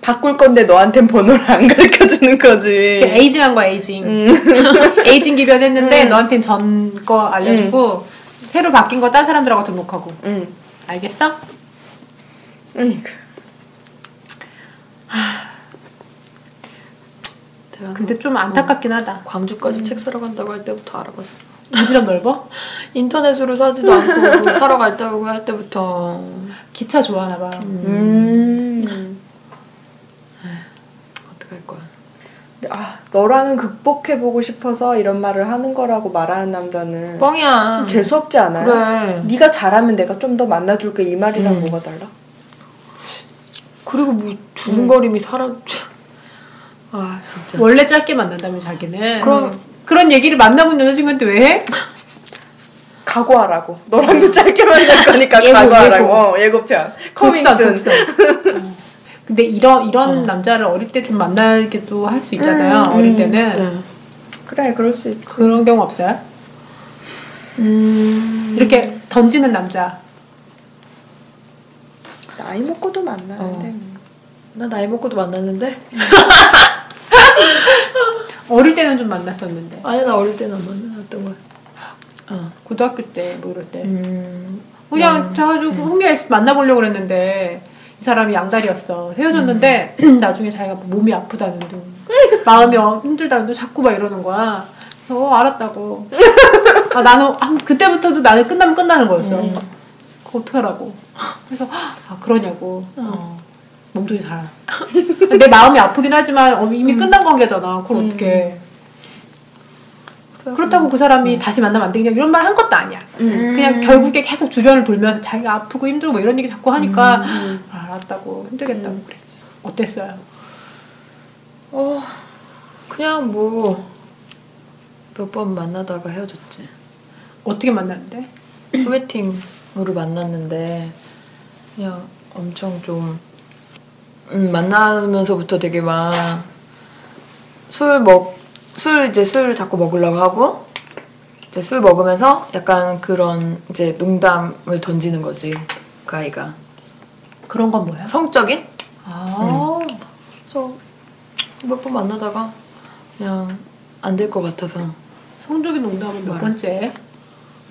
Speaker 4: 바꿀 건데 너한텐 번호를 안 (laughs) 가르쳐 주는 거지.
Speaker 2: 이게 에이징한 거야, 에이징. (laughs) 에이징 기변했는데 너한텐 전 거 알려주고 새로 바뀐 거 딴 사람들하고 등록하고.
Speaker 4: 응.
Speaker 2: 알겠어?
Speaker 4: 아이고.
Speaker 3: 대단하다.
Speaker 2: 근데 좀 안타깝긴 하다. 음.
Speaker 3: 광주까지 책 사러 간다고 할 때부터 알아봤어.
Speaker 2: 무지런 넓어?
Speaker 3: 인터넷으로
Speaker 2: (laughs)
Speaker 3: 사지도 않고 뭐 사러 갈다고 할 때부터
Speaker 2: 기차 좋아하나 봐.
Speaker 4: 음.
Speaker 3: 어떻게 할 거야?
Speaker 4: 아, 너랑은 극복해 보고 싶어서 이런 말을 하는 거라고 말하는 남자는
Speaker 3: 뻥이야.
Speaker 4: 좀 재수 없지 않아요?
Speaker 3: 뭐? 그래.
Speaker 4: 네가 잘하면 내가 좀 더 만나 줄게 이 말이랑 뭐가 달라?
Speaker 3: 그리고 뭐 주근거림이 사라. (laughs) 아 진짜.
Speaker 2: 원래 짧게 만난다며 자기는. 음.
Speaker 3: 그럼-
Speaker 2: 그런 얘기를 만나본 여자친구한테 왜 해?
Speaker 4: 각오하라고. 너랑도 짧게 만날 거니까
Speaker 2: 예고,
Speaker 4: 각오하라고.
Speaker 2: 예고.
Speaker 4: 어, 예고편.
Speaker 2: 독서,
Speaker 4: 커밍순.
Speaker 2: 독서. 어. 근데 이런 이런 남자를 어릴 때 좀 만나게도 할 수 있잖아요.
Speaker 4: 음,
Speaker 2: 어릴
Speaker 4: 음.
Speaker 2: 때는
Speaker 3: 네.
Speaker 4: 그래, 그럴 수 있지.
Speaker 2: 그런 경우 없어요?
Speaker 3: 음.
Speaker 2: 이렇게 던지는 남자.
Speaker 4: 나이 먹고도 만나는데.
Speaker 3: 나 나이 먹고도 만났는데.
Speaker 2: 어릴 때는 좀 만났었는데
Speaker 3: 아니 나 어릴 때는 안 만났던 거야. 어.
Speaker 2: 고등학교 때 뭐 이럴 때
Speaker 3: 음. 네.
Speaker 2: 그냥 자주 흥미가 있어 만나보려고 그랬는데 이 사람이 양다리였어. 헤어졌는데 (clears throat)
Speaker 3: 음.
Speaker 2: 나중에 자기가 뭐 몸이 아프다는 둥 (laughs) 마음이 어- 힘들다는 둥 자꾸 막 이러는 거야. 그래서 어,
Speaker 3: (laughs)
Speaker 2: 알았다고. 아, 나는 한- 그때부터도 나는 끝나면 끝나는 거였어.
Speaker 3: 음.
Speaker 2: 그거 어떡하라고. 그래서 아 그러냐고. 어. 몸통이 잘. 내 마음이 아프긴 하지만 어, 이미 끝난 관계잖아. 그걸 어떻게. 그렇다고 그 사람이 다시 만나면 안 되냐 이런 말 한 것도 아니야. 그냥 결국에 계속 주변을 돌면서 자기가 아프고 힘들고 뭐 이런 얘기 자꾸 하니까 아, 알았다고 힘들겠다고 그랬지. 어땠어요?
Speaker 3: 어. 그냥 뭐 몇 번 만나다가 헤어졌지.
Speaker 2: 어떻게 만났는데?
Speaker 3: 소개팅으로 만났는데 그냥 엄청 좀 음, 만나면서부터 되게 막 술 먹 술 이제 술 자꾸 먹으려고 하고 이제 술 먹으면서 약간 그런 이제 농담을 던지는 거지 그 아이가
Speaker 2: 그런 건 뭐야?
Speaker 3: 성적인
Speaker 2: 아,
Speaker 3: 그래서 몇 번 만나다가 그냥 안 될 것 같아서
Speaker 2: 성적인 농담은 몇
Speaker 3: 말았지.
Speaker 2: 번째?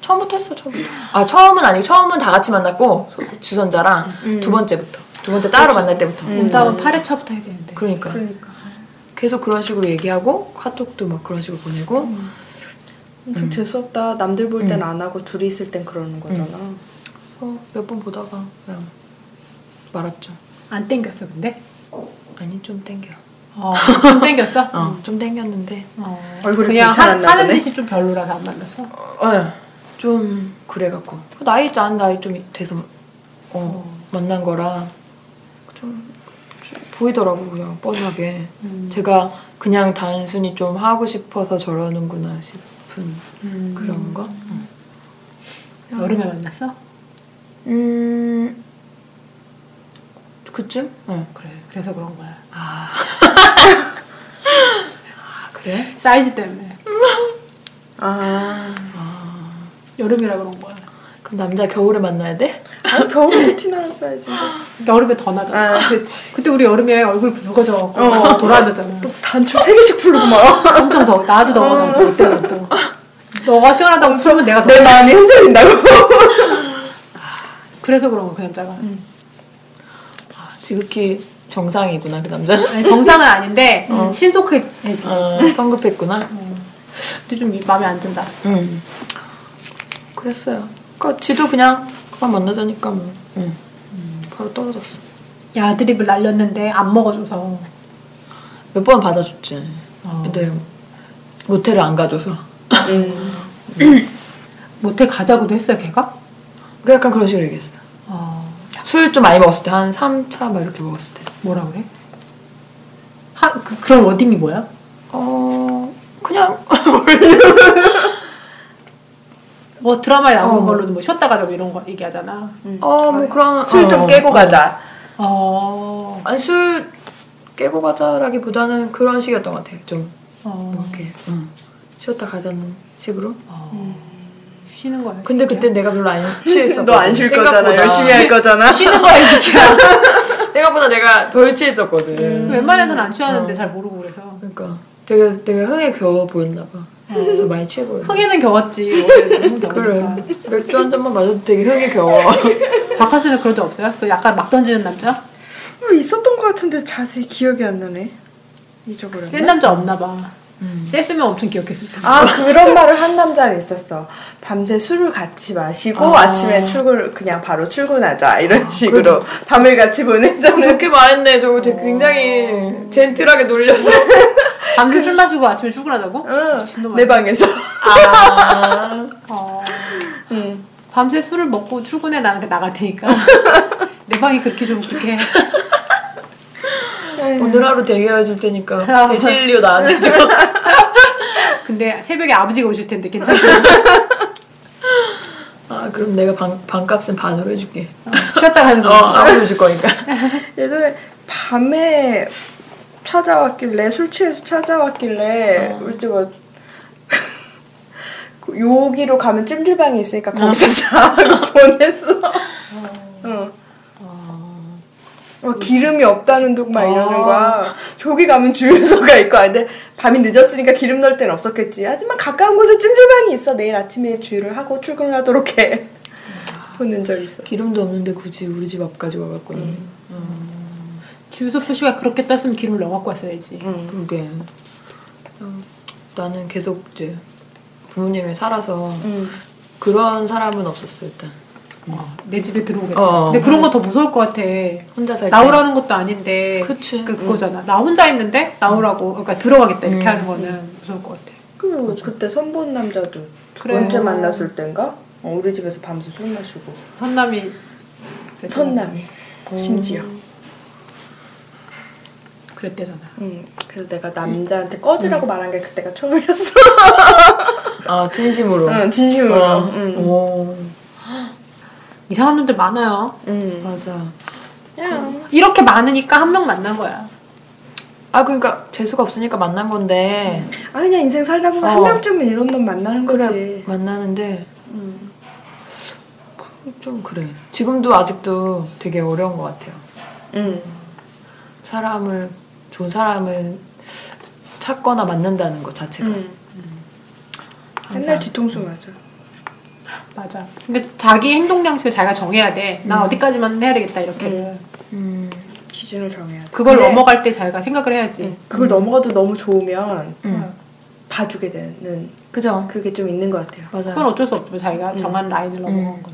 Speaker 3: 처음부터 했어 처음부터 아 처음은 아니고 처음은 다 같이 만났고 주선자랑 두 번째부터 두 번째 따로 만날 때부터
Speaker 2: 농담은 팔 8회차부터 해야 되는데.
Speaker 3: 음. 그러니까
Speaker 4: 그러니까.
Speaker 3: 계속 그런 식으로 얘기하고 카톡도 막 그런 식으로 보내고
Speaker 4: 좀 재수없다. 남들 볼 땐 안 하고 둘이 있을 땐 그러는 거잖아.
Speaker 3: 어, 몇 번 보다가 그냥 말았죠
Speaker 2: 안 땡겼어 근데?
Speaker 3: 아니 좀 땡겨
Speaker 2: (laughs) 어, 좀 땡겼어?
Speaker 3: 어좀 땡겼는데
Speaker 2: 어.
Speaker 4: 얼굴이
Speaker 2: 그냥 하,
Speaker 4: 괜찮았나
Speaker 2: 하는
Speaker 4: 보네.
Speaker 2: 짓이 좀 별로라서 안 만났어?
Speaker 3: 어, 좀 그래갖고 그 나이 짠 나이 좀 돼서 어, 만난 거라 좀 보이더라고 그냥 뻔하게 제가 그냥 단순히 좀 하고 싶어서 저러는구나 싶은 그런 거.
Speaker 2: 여름에 만났어?
Speaker 3: 음 그쯤? 어
Speaker 2: 그래. 그래서 그런 거야.
Speaker 3: 아, 그래?
Speaker 2: 사이즈 때문에.
Speaker 4: 아.
Speaker 2: 여름이라 그런 거야.
Speaker 3: 그럼 남자 겨울에 만나야 돼?
Speaker 4: 아, 겨울에도 티나는 사이즈인데.
Speaker 2: 그러니까 여름에 더 나잖아.
Speaker 4: 아, 그렇지.
Speaker 2: 그때 우리 여름에 얼굴 붉어져 고 돌아앉았잖아.
Speaker 4: 단추 세 개씩 풀고 막. (laughs)
Speaker 2: 엄청 더워. 나도 더워. 너무 더울 때가 또. 너가 시원하다고 그러면 내가 더
Speaker 4: 내 마음이 흔들린다고.
Speaker 2: 그래서 그런 거그 남자가.
Speaker 3: 아, 지극히 정상이구나 그 남자는.
Speaker 2: 아니, 정상은 아닌데 신속해지겠지.
Speaker 3: 어, 성급했구나.
Speaker 2: 근데 좀 이- 마음에 안 든다.
Speaker 3: 음. 그랬어요. 그니까 지도 그냥 그만 만나자니까 뭐. 음. 바로 떨어졌어.
Speaker 2: 야드립을 날렸는데 안 먹어줘서.
Speaker 3: 몇 번 받아줬지.
Speaker 2: 어.
Speaker 3: 근데 모텔을 안 가줘서.
Speaker 4: 음.
Speaker 2: 모텔 가자고도 했어요, 걔가?
Speaker 3: 그 약간 그런 식으로 얘기했어.
Speaker 2: 어,
Speaker 3: 술 좀 많이 먹었을 때, 한 3차 막 이렇게 먹었을 때.
Speaker 2: 뭐라 그래? 하, 그, 그런 워딩이 뭐야?
Speaker 3: 어, 그냥,
Speaker 2: 뭐 드라마에 나오는
Speaker 3: 어.
Speaker 2: 걸로는 뭐 쉬었다 가자 뭐 이런 거 얘기하잖아.
Speaker 3: 어, 뭐 그런.
Speaker 4: 술 좀
Speaker 3: 어.
Speaker 4: 깨고 가자.
Speaker 2: 어,
Speaker 3: 아니, 술 깨고 가자라기보다는 그런 식이었던 것 같아요. 좀,
Speaker 2: 어,
Speaker 3: 이렇게, 음. 쉬었다 가자는 식으로.
Speaker 4: 아,
Speaker 2: 쉬는 거야.
Speaker 3: 근데
Speaker 2: 진짜.
Speaker 3: 그때 내가
Speaker 4: (laughs)
Speaker 3: 별로 안 취했어.
Speaker 4: 너 안 쉴 거잖아. 열심히 할 거잖아. (laughs)
Speaker 2: 쉬는 거야, 이 새끼야.
Speaker 3: 생각보다 내가 덜 취했었거든.
Speaker 2: 웬만해서는 안 취하는데
Speaker 3: 어.
Speaker 2: 잘 모르고 그래서.
Speaker 3: 그러니까 되게 되게 흥에 겨워 보였나 봐. 그래서 많이 취해 보였나.
Speaker 2: 흥에는 겨웠지. 원래는 흥이
Speaker 3: 그래.
Speaker 2: 그래.
Speaker 3: 맥주 한 잔만 마셔도 되게 흥에 겨워. (laughs)
Speaker 2: 박하스는 그런 적 없어요? 그 약간 막 던지는 남자?
Speaker 4: 있었던 것 같은데 자세히 기억이 안 나네. 잊어버렸네.
Speaker 2: 센 남자 없나 봐.
Speaker 3: 음.
Speaker 2: 셌으면 엄청 기억했을 텐데.
Speaker 4: 아 그런 말을 한 남자는 있었어. 밤새 술을 같이 마시고
Speaker 3: 아.
Speaker 4: 아. 침에 출근 그냥 바로 출근하자 이런 식으로
Speaker 3: 그래도-
Speaker 4: 밤을 같이 보내자는.
Speaker 3: 좋게 말했네. 저거 되게 굉장히 젠틀하게 놀렸어.
Speaker 2: 밤새 술 마시고 아침에 출근하자고?
Speaker 4: 응,
Speaker 2: 미친놈
Speaker 4: 내
Speaker 2: 아니야?
Speaker 4: 방에서.
Speaker 3: 아.
Speaker 2: 어,
Speaker 4: 응.
Speaker 2: 밤새 술을 먹고 출근해 나한테 나갈
Speaker 3: (laughs)
Speaker 2: 테니까. 내 방이 그렇게 좀 그렇게.
Speaker 3: 오늘 하루 대기해 줄 테니까 대실료 나한테 (laughs) 줘.
Speaker 2: 근데 새벽에 아버지가 오실 텐데 괜찮아.
Speaker 3: (laughs) 아 그럼 내가 방 방값은 반으로 해줄게.
Speaker 2: 쉬었다 가는
Speaker 3: 어
Speaker 2: 거.
Speaker 3: 아무로 줄 거니까.
Speaker 4: 예전에 밤에 찾아왔길래 술 취해서 찾아왔길래 울지 뭐. (laughs) 그 여기로 가면 찜질방이 있으니까 거기서 자고 보냈어. 응. 막 기름이 없다는 둥 막 이러는 거야. 저기 가면 주유소가 있고, 아, 근데 밤이 늦었으니까 기름 넣을 데는 없었겠지. 하지만 가까운 곳에 찜질방이 있어. 내일 아침에 주유를 하고 출근을 하도록 해. 보낸 적 있어.
Speaker 3: (laughs) 기름도 없는데 굳이 우리 집 앞까지 와갖고. 음.
Speaker 2: 주유소 표시가 그렇게 떴으면 기름을 넣어갖고 왔어야지.
Speaker 3: 그러게. 어, 나는 계속 이제 부모님이 살아서
Speaker 4: 응.
Speaker 3: 그런 사람은 없었어 일단.
Speaker 2: 어, 내 집에 들어오겠다.
Speaker 3: 어.
Speaker 2: 근데 그런 거 더 무서울 것 같아.
Speaker 3: 혼자 살 때.
Speaker 2: 나오라는 것도 아닌데.
Speaker 3: 그치.
Speaker 2: 그, 그거잖아. 나 혼자 있는데 나오라고. 그러니까 들어가겠다. 이렇게
Speaker 3: 음.
Speaker 2: 하는 거는 무서울 것 같아.
Speaker 4: 그리고 그때 선본 남자도
Speaker 2: 그래요.
Speaker 4: 언제 만났을 땐가? 어, 우리 집에서 밤새 술 마시고
Speaker 2: 선남이. 그랬잖아.
Speaker 4: 첫남이 심지어
Speaker 2: 그랬대잖아.
Speaker 4: 음, 그래서 내가 남자한테 꺼지라고 말한 게 그때가 처음이었어
Speaker 3: 아 진심으로.
Speaker 4: 응, 진심으로 음.
Speaker 3: 어.
Speaker 4: 응.
Speaker 3: 오.
Speaker 2: 이상한 놈들 많아요.
Speaker 4: 응.
Speaker 3: 맞아.
Speaker 4: 야.
Speaker 2: 이렇게 많으니까 한 명 만난 거야.
Speaker 3: 아 그러니까 재수가 없으니까 만난 건데
Speaker 4: 아 그냥 인생 살다 보면 한
Speaker 3: 어.
Speaker 4: 명쯤은 이런 놈 만나는
Speaker 3: 그래
Speaker 4: 거지
Speaker 3: 만나는데
Speaker 4: 음.
Speaker 3: 좀 그래. 지금도 아직도 되게 어려운 것 같아요.
Speaker 4: 응.
Speaker 3: 사람을 좋은 사람을 찾거나 만난다는 것 자체가.
Speaker 4: 응.
Speaker 3: 항상.
Speaker 4: 음. 맨날 뒤통수 맞아
Speaker 2: 맞아. 근데 자기 행동 양식을 자기가 정해야 돼. 나 어디까지만 해야 되겠다 이렇게.
Speaker 3: 음.
Speaker 4: 기준을 정해야 돼
Speaker 2: 그걸
Speaker 4: 근데
Speaker 2: 넘어갈 때 자기가 생각을 해야지.
Speaker 4: 그걸 넘어가도 너무 좋으면
Speaker 3: 음.
Speaker 4: 봐주게 되는
Speaker 3: 그죠.
Speaker 4: 그게 좀 있는 것 같아요
Speaker 3: 맞아요.
Speaker 2: 그건 어쩔 수 없죠. 자기가 정한 라인을 넘어간 건.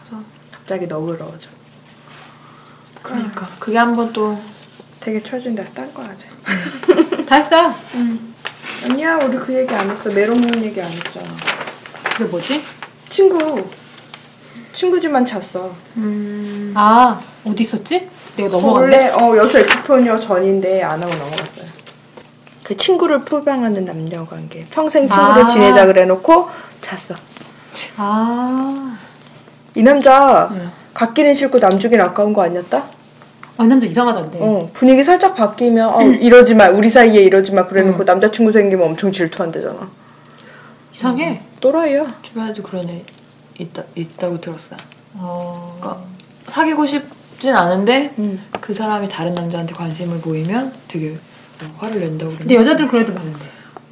Speaker 3: 그래서
Speaker 4: 갑자기 너그러워져
Speaker 3: 그러니까 그게 한번 또
Speaker 4: 되게 쳐준다 딴거 하자
Speaker 2: 다 했어요.
Speaker 4: 아니야 우리 그 얘기 안 했어 메롱몬 얘기 안 했잖아
Speaker 3: 그게 뭐지?
Speaker 4: 친구 친구지만 잤어.
Speaker 2: 아 어디 있었지? 내가 넘어갔네.
Speaker 4: 원래 어 여수 에피포니어 전인데 안 하고 넘어갔어요. 그 친구를 포병하는 남녀 관계. 평생 친구로
Speaker 2: 아.
Speaker 4: 지내자 그래놓고 잤어.
Speaker 2: 아,
Speaker 4: 이 남자
Speaker 3: 네.
Speaker 4: 갓기는 싫고 남주긴 아까운 거 아니었다?
Speaker 2: 아, 이 남자 이상하던데.
Speaker 4: 어 분위기 살짝 바뀌면 어, 이러지 마 우리 사이에 이러지 마 그래놓고 남자친구 생기면 엄청 질투한대잖아.
Speaker 2: 이상해.
Speaker 4: 또라이야.
Speaker 3: 주변에도 그런 애 있다, 있다고 들었어요.
Speaker 2: 어.
Speaker 3: 그러니까 사귀고 싶진 않은데
Speaker 4: 음.
Speaker 3: 그 사람이 다른 남자한테 관심을 보이면 되게 뭐 화를 낸다고
Speaker 2: 근데
Speaker 3: 그러는데
Speaker 2: 여자들 그런 애들 많은데.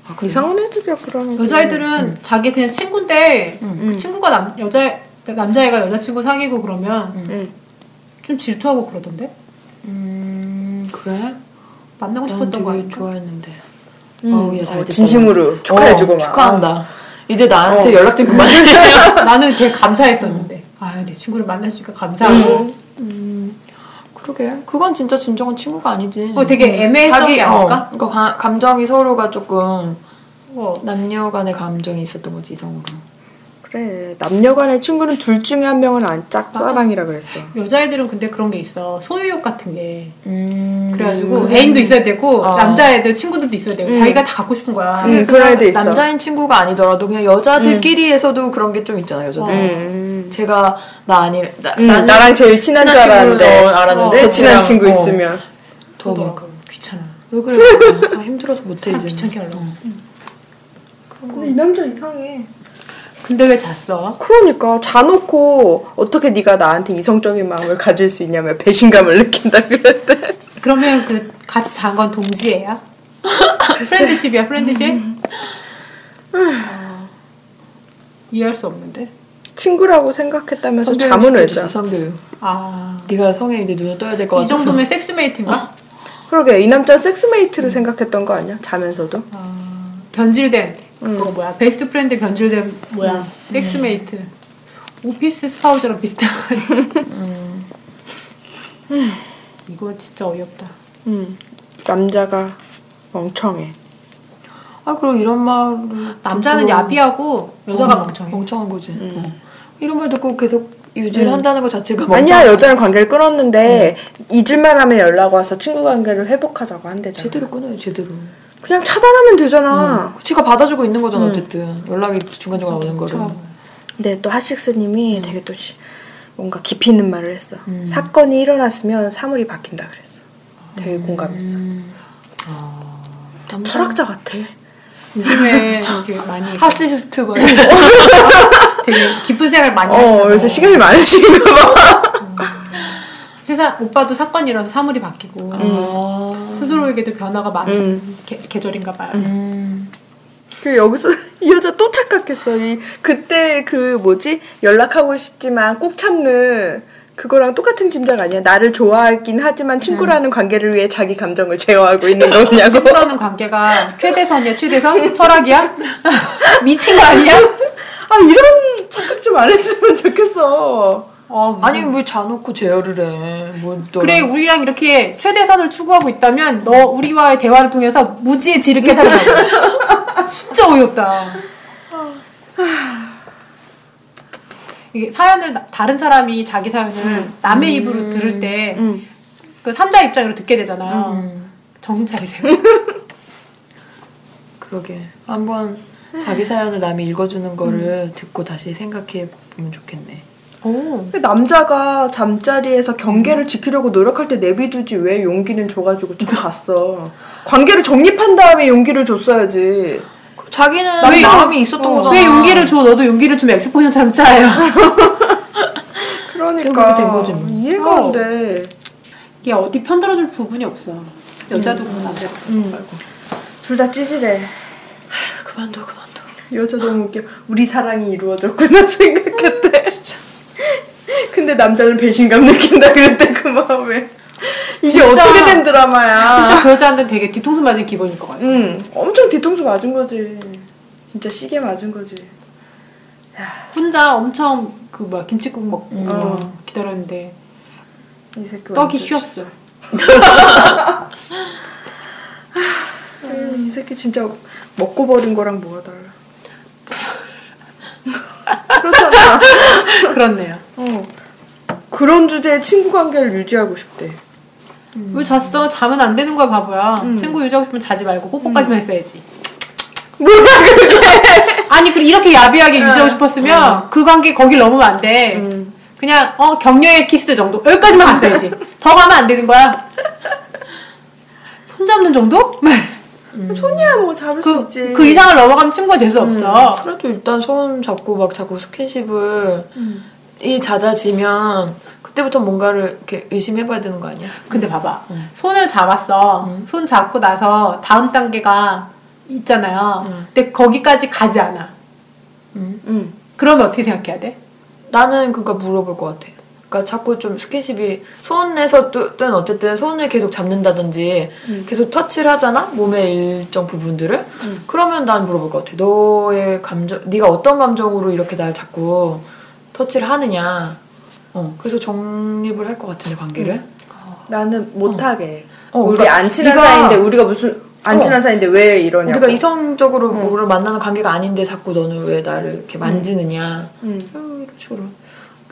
Speaker 3: 아, 그래요?
Speaker 4: 이상한 애들이야 그런.
Speaker 2: 여자애들은 자기 그냥 친구인데
Speaker 3: 음,
Speaker 2: 그 친구가 남 여자 남자애가 여자친구 사귀고 그러면
Speaker 4: 응.
Speaker 2: 좀 질투하고 그러던데.
Speaker 3: 음 그래?
Speaker 2: 만나고
Speaker 3: 난
Speaker 2: 싶었던 거
Speaker 3: 되게
Speaker 2: 아닌가?
Speaker 3: 좋아했는데
Speaker 4: 음.
Speaker 3: 어우, 얘잘 됐다.
Speaker 4: 진심으로 축하해주고
Speaker 3: 어,
Speaker 4: 막.
Speaker 3: 축하한다 이제 나한테
Speaker 4: 어.
Speaker 3: 연락 좀 그만해
Speaker 4: (laughs)
Speaker 2: (laughs) 나는 되게 감사했었는데.
Speaker 3: 음.
Speaker 2: 아, 내 친구를 만나주니까 감사하고.
Speaker 3: 그러게 그건 진짜 진정한 친구가 아니지 음.
Speaker 2: 어, 되게 애매했던
Speaker 3: 자기
Speaker 2: 게 아닐까?
Speaker 3: 어, 그러니까 가- 감정이 서로가 조금
Speaker 2: 어.
Speaker 3: 남녀 간의 감정이 있었던 거지 이성으로
Speaker 4: 그래 남녀간의 친구는 둘 중에 한 명은 안 짝사랑이라 그랬어.
Speaker 2: 여자애들은 근데 그런 게 있어. 소유욕 같은 게.
Speaker 3: 음
Speaker 2: 그래가지고 애인도 있어야 되고,
Speaker 3: 어.
Speaker 2: 남자애들 친구들도 있어야 되고,
Speaker 4: 음.
Speaker 2: 자기가 다 갖고 싶은 거야.
Speaker 4: 음, 그런 애도 있어.
Speaker 3: 남자인 친구가 아니더라도 그냥 여자들끼리에서도 그런 게 좀 있잖아요 여자들
Speaker 2: 음. 어.
Speaker 4: 음.
Speaker 3: 제가 나 아니 나,
Speaker 4: 음,
Speaker 3: 나는
Speaker 4: 나랑 제일 친한 줄 알았는데.
Speaker 3: 친구로 알았는데
Speaker 4: 더 친한
Speaker 3: 그냥,
Speaker 4: 친구
Speaker 3: 어,
Speaker 4: 있으면.
Speaker 3: 더
Speaker 2: 그거
Speaker 3: 막,
Speaker 2: 귀찮아.
Speaker 3: 왜 그래 아, 힘들어서 못해
Speaker 2: 사람
Speaker 3: 이제
Speaker 2: 귀찮게 하려고.
Speaker 3: 음.
Speaker 4: 근데 이 남자 이상해.
Speaker 2: 근데 왜 잤어?
Speaker 4: 그러니까 자놓고 어떻게 네가 나한테 이성적인 마음을 가질 수 있냐며 배신감을 느낀다 그랬대.
Speaker 2: 그러면 그 같이 잔 건그 동지애야? 프렌드십이야, 프렌드십? 어, 이해할 수 없는데.
Speaker 4: 친구라고 생각했다면서
Speaker 3: 성교육
Speaker 4: 잠은 왜
Speaker 3: 시켜주지,
Speaker 4: 자?
Speaker 3: 성교육
Speaker 2: 아.
Speaker 3: 네가 성에 이제 눈을 떠야 될 것
Speaker 2: 이
Speaker 3: 같아서
Speaker 2: 정도면 섹스메이트인가?
Speaker 4: 그러게 이 남자 섹스메이트로 생각했던 거 아니야? 자면서도.
Speaker 2: 변질된 그거 뭐야 베스트 프렌드 변질된 뭐야 섹스메이트 오피스 스파우저랑 비슷한 거 아니야? 이거 진짜 어이없다
Speaker 4: 음. 남자가 멍청해.
Speaker 3: 아 그럼 이런 말을
Speaker 2: 남자는
Speaker 3: 듣고
Speaker 2: 야비하고 여자가
Speaker 3: 음. 어,
Speaker 2: 멍청해 음.
Speaker 3: 멍청한 거지 어. 이런 말 듣고 계속 유지를 한다는 것 자체가 음. 멍청
Speaker 4: 아니야 여자랑 관계를 끊었는데 잊을만 하면 연락 와서 친구 관계를 회복하자고 한대잖아.
Speaker 3: 제대로 음. 끊어요 제대로
Speaker 4: 그냥 차단하면 되잖아.
Speaker 3: 지가 받아주고 있는 거잖아
Speaker 2: 음.
Speaker 3: 어쨌든 연락이 중간중간 오는 거를
Speaker 4: 근데 또 하식스님이 되게 또 시- 뭔가 깊이 있는 말을 했어.
Speaker 3: 음.
Speaker 4: 사건이 일어났으면 사물이 바뀐다 그랬어. 되게
Speaker 3: 음.
Speaker 4: 공감했어.
Speaker 3: 남자-
Speaker 4: 철학자 같아.
Speaker 2: 요즘에 되게 많이
Speaker 3: 하시스트
Speaker 2: 음.
Speaker 3: 말
Speaker 2: 되게 깊은 생각을
Speaker 3: 아,
Speaker 2: 많이
Speaker 4: 어,
Speaker 2: 하시는
Speaker 4: 요새
Speaker 2: 거
Speaker 4: 시간이 많으신가 봐.
Speaker 2: 세상 오빠도 사건이 일어나서 사물이 바뀌고
Speaker 3: 아.
Speaker 2: 스스로에게도 변화가 많은
Speaker 4: 음.
Speaker 2: 게, 계절인가 봐요
Speaker 3: 음.
Speaker 4: 그 여기서 (laughs) 이 여자 또 착각했어. 이 그때 그 뭐지 연락하고 싶지만 꾹 참는 그거랑 똑같은 짐작 아니야? 나를 좋아하긴 하지만 친구라는
Speaker 2: 음.
Speaker 4: 관계를 위해 자기 감정을 제어하고 있는 거냐고.
Speaker 2: 친구라는 관계가 최대선이야
Speaker 3: (laughs)
Speaker 2: 최대선? 철학이야? (laughs) 미친 거 아니야?
Speaker 4: (laughs) 아 이런 착각 좀 안 했으면 좋겠어.
Speaker 2: 어,
Speaker 3: 아니 왜 자놓고 제어를 해뭐또
Speaker 2: 그래 우리랑 이렇게 최대선을 추구하고 있다면 너 우리와의 대화를 통해서 무지의 질을 깨달으라고
Speaker 3: (laughs)
Speaker 2: 진짜 어이없다 이게 사연을 나- 다른 사람이 자기 사연을
Speaker 3: 음.
Speaker 2: 남의 입으로 들을 때 그
Speaker 4: 음.
Speaker 2: 삼자 입장으로 듣게 되잖아요
Speaker 3: 음.
Speaker 2: 정신 차리세요
Speaker 3: 그러게 한번 자기 사연을 남이 읽어주는 거를 듣고 다시 생각해 보면 좋겠네.
Speaker 2: 오.
Speaker 4: 근데 남자가 잠자리에서 경계를 지키려고 노력할 때 내비두지 왜 용기는
Speaker 2: (laughs)
Speaker 4: 줘가지고 쭉 갔어. 관계를 정립한 다음에 용기를 줬어야지.
Speaker 3: 자기는 어,
Speaker 2: 왜- 어.
Speaker 3: 마음이 있었던 거잖아.
Speaker 2: 왜 용기를 줘 너도 용기를 주면 엑스포션처럼
Speaker 3: (laughs)
Speaker 2: 짜요
Speaker 3: 지금
Speaker 4: 그러니까
Speaker 3: 그렇게 된 거지 뭐.
Speaker 4: 이해가
Speaker 2: 어.
Speaker 4: 안 돼.
Speaker 2: 이게 어디 편들어줄 부분이 없어
Speaker 3: 음.
Speaker 2: 여자도 그렇고 남자도 그렇고
Speaker 4: 둘 다 찌질해.
Speaker 3: 그만둬 그만둬.
Speaker 4: 여자 너무 웃겨. 우리 사랑이 이루어졌구나
Speaker 2: (laughs)
Speaker 4: (laughs) 생각했대. 근데 남자는 배신감 느낀다 그랬대 그 마음에. 이게
Speaker 2: 진짜.
Speaker 4: 어떻게 된 드라마야.
Speaker 3: 아.
Speaker 2: 진짜 그 여자한테 되게 뒤통수 맞은 기분일 것 같아
Speaker 4: 응, 엄청 뒤통수 맞은 거지. 진짜 시계 맞은 거지.
Speaker 2: 혼자 엄청 그 뭐야 김치국 먹고
Speaker 3: 음.
Speaker 2: 어, 기다렸는데
Speaker 4: 이 새끼
Speaker 2: 떡이
Speaker 4: 완전
Speaker 2: 쉬었어.
Speaker 4: 뭐
Speaker 2: (laughs)
Speaker 4: 음, 이 새끼 진짜 먹고 버린 거랑 뭐가 달라.
Speaker 2: (laughs) 그렇네요.
Speaker 4: 어. 그런 주제에 친구 관계를 유지하고 싶대.
Speaker 2: 왜 음. 잤어? 자면 안 되는 거야, 바보야.
Speaker 4: 음.
Speaker 2: 친구 유지하고 싶으면 자지 말고 뽀뽀까지만 했어야지.
Speaker 4: 뭐야 그게?
Speaker 2: (laughs) 아니, 그래 이렇게 야비하게 유지하고 싶었으면 그 관계 거길 넘으면 안 돼.
Speaker 4: 음.
Speaker 2: 그냥 어 격려의 키스 정도 여기까지만
Speaker 4: (laughs)
Speaker 2: 갔어야지. 더 가면 안 되는 거야. 손 잡는 정도?
Speaker 4: 손이야 뭐 잡을 네. 수
Speaker 2: 음. 그,
Speaker 4: 있지. 음.
Speaker 2: 그 이상을 넘어가면 친구가 될 수 없어.
Speaker 3: 아. 그래도 일단 손 잡고 막 자꾸 스킨십을 이 잦아지면 그때부터 뭔가를 이렇게 의심해봐야 되는 거 아니야?
Speaker 2: 근데 봐봐. 손을 잡았어. 손 잡고 나서 다음 단계가 있잖아요.
Speaker 3: 음.
Speaker 2: 근데 거기까지 가지 않아.
Speaker 4: 응.
Speaker 2: 그러면 어떻게 생각해야 돼?
Speaker 3: 나는 그니까 물어볼 것 같아. 그러니까 자꾸 좀 스킨십이 손에서 든 어쨌든 손을 계속 잡는다든지 계속 터치를 하잖아 몸의 일정 부분들을 그러면 난 물어볼 것 같아. 너의 감정, 네가 어떤 감정으로 이렇게 날 자꾸 터치를 하느냐. 어 그래서 정립을 할 것 같은데 관계를.
Speaker 4: 나는 못하게.
Speaker 3: 어,
Speaker 4: 우리
Speaker 3: 그러니까
Speaker 4: 안 친한
Speaker 3: 네가-
Speaker 4: 사이인데 우리가 무슨 안
Speaker 3: 어.
Speaker 4: 친한 사이인데 왜 이러냐고.
Speaker 3: 우리가 이성적으로 뭐를 만나는 관계가 아닌데 자꾸 너는 왜 나를 이렇게 만지느냐.
Speaker 4: 응.
Speaker 3: 이런 식으로.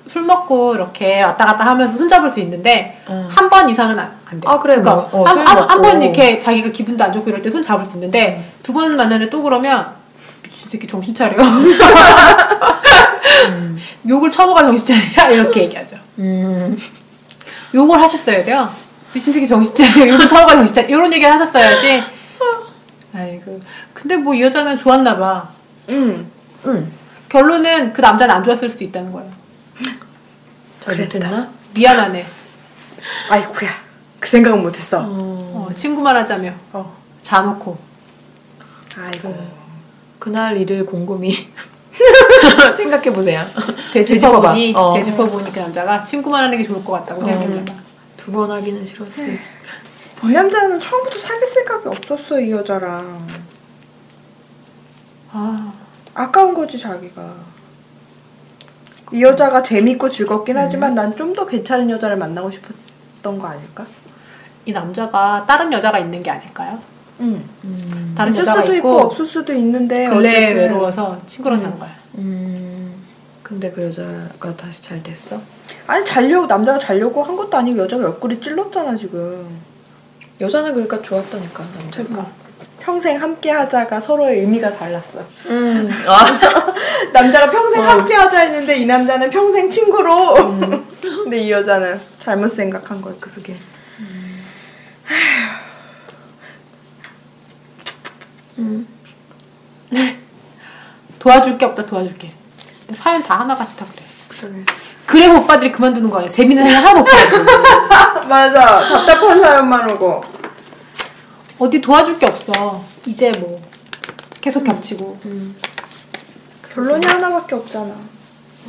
Speaker 2: 술 먹고 이렇게 왔다 갔다 하면서 손잡을 수 있는데
Speaker 3: 음.
Speaker 2: 한 번 이상은 안, 안 돼.
Speaker 3: 아, 그래,
Speaker 2: 그러니까
Speaker 3: 뭐, 어, 술 먹고.
Speaker 2: 한한 번 이렇게 자기가 기분도 안 좋고 이럴 때 손 잡을 수 있는데 두 번 만나는데 또 그러면 미친 새끼 정신 차려. (laughs) 욕을 처먹어 정신 차려 (laughs) 이렇게 얘기하죠.
Speaker 3: 음.
Speaker 2: 욕을 하셨어야 돼요. 미친 새끼 정신 차려. (laughs) 욕을 처먹어 정신 차려. 이런 얘기를 하셨어야지. 아이고. 근데 뭐 이 여자는 좋았나 봐.
Speaker 4: 응.
Speaker 3: 응.
Speaker 2: 결론은 그 남자는 안 좋았을 수도 있다는 거예요.
Speaker 3: 잘못했나?
Speaker 2: 미안하네.
Speaker 4: 아이쿠야. 그 생각은 못했어.
Speaker 2: 어, 친구만 하자며.
Speaker 4: 어.
Speaker 2: 자놓고.
Speaker 4: 아이고.
Speaker 3: 그날 일을 곰곰이 (laughs) 생각해 보세요.
Speaker 2: 되짚어보니
Speaker 3: 어.
Speaker 2: 되짚어보니 그 남자가 친구만 하는 게 좋을 것
Speaker 4: 어.
Speaker 2: 같다고 생각했나 봐.
Speaker 3: 두 번 하기는 싫었어요.
Speaker 4: 이 남자는 처음부터 사귈 생각이 없었어 이 여자랑.
Speaker 2: 아,
Speaker 4: 아까운 거지 자기가. 이 여자가 재밌고 즐겁긴 하지만 난 좀 더 괜찮은 여자를 만나고 싶었던 거 아닐까?
Speaker 2: 이 남자가 다른 여자가 있는 게 아닐까요?
Speaker 4: 응.
Speaker 3: 음.
Speaker 2: 다른
Speaker 4: 있을
Speaker 2: 여자가
Speaker 4: 수도 있고,
Speaker 2: 있고,
Speaker 4: 없을 수도 있는데
Speaker 2: 근래
Speaker 4: 어쨌든
Speaker 2: 외로워서 친구랑 자는 거야.
Speaker 3: 음. 근데 그 여자가 다시 잘 됐어?
Speaker 4: 아니 자려고 남자가 자려고 한 것도 아니고 여자가 옆구리 찔렀잖아 지금.
Speaker 3: 여자는 그러니까 좋았다니까
Speaker 4: 음.
Speaker 3: 남자가.
Speaker 2: 그러니까.
Speaker 4: 평생 함께 하자가 서로의 의미가 달랐어.
Speaker 3: 음. 아.
Speaker 4: (laughs) 남자가 평생 함께 하자 했는데 이 남자는 평생 친구로. (laughs) 근데 이 여자는 잘못 생각한 거지.
Speaker 3: 그러게.
Speaker 2: 도와줄 게 없다 도와줄 게 사연 다 하나같이 다 그래
Speaker 3: 그러게.
Speaker 2: 그래 오빠들이 그만두는 거야 재밌는 사연 하나도 없어
Speaker 4: 맞아. 답답한 사연만 오고.
Speaker 2: 어디 도와줄 게 없어 이제 뭐 계속 겹치고
Speaker 4: 결론이 하나밖에 없잖아.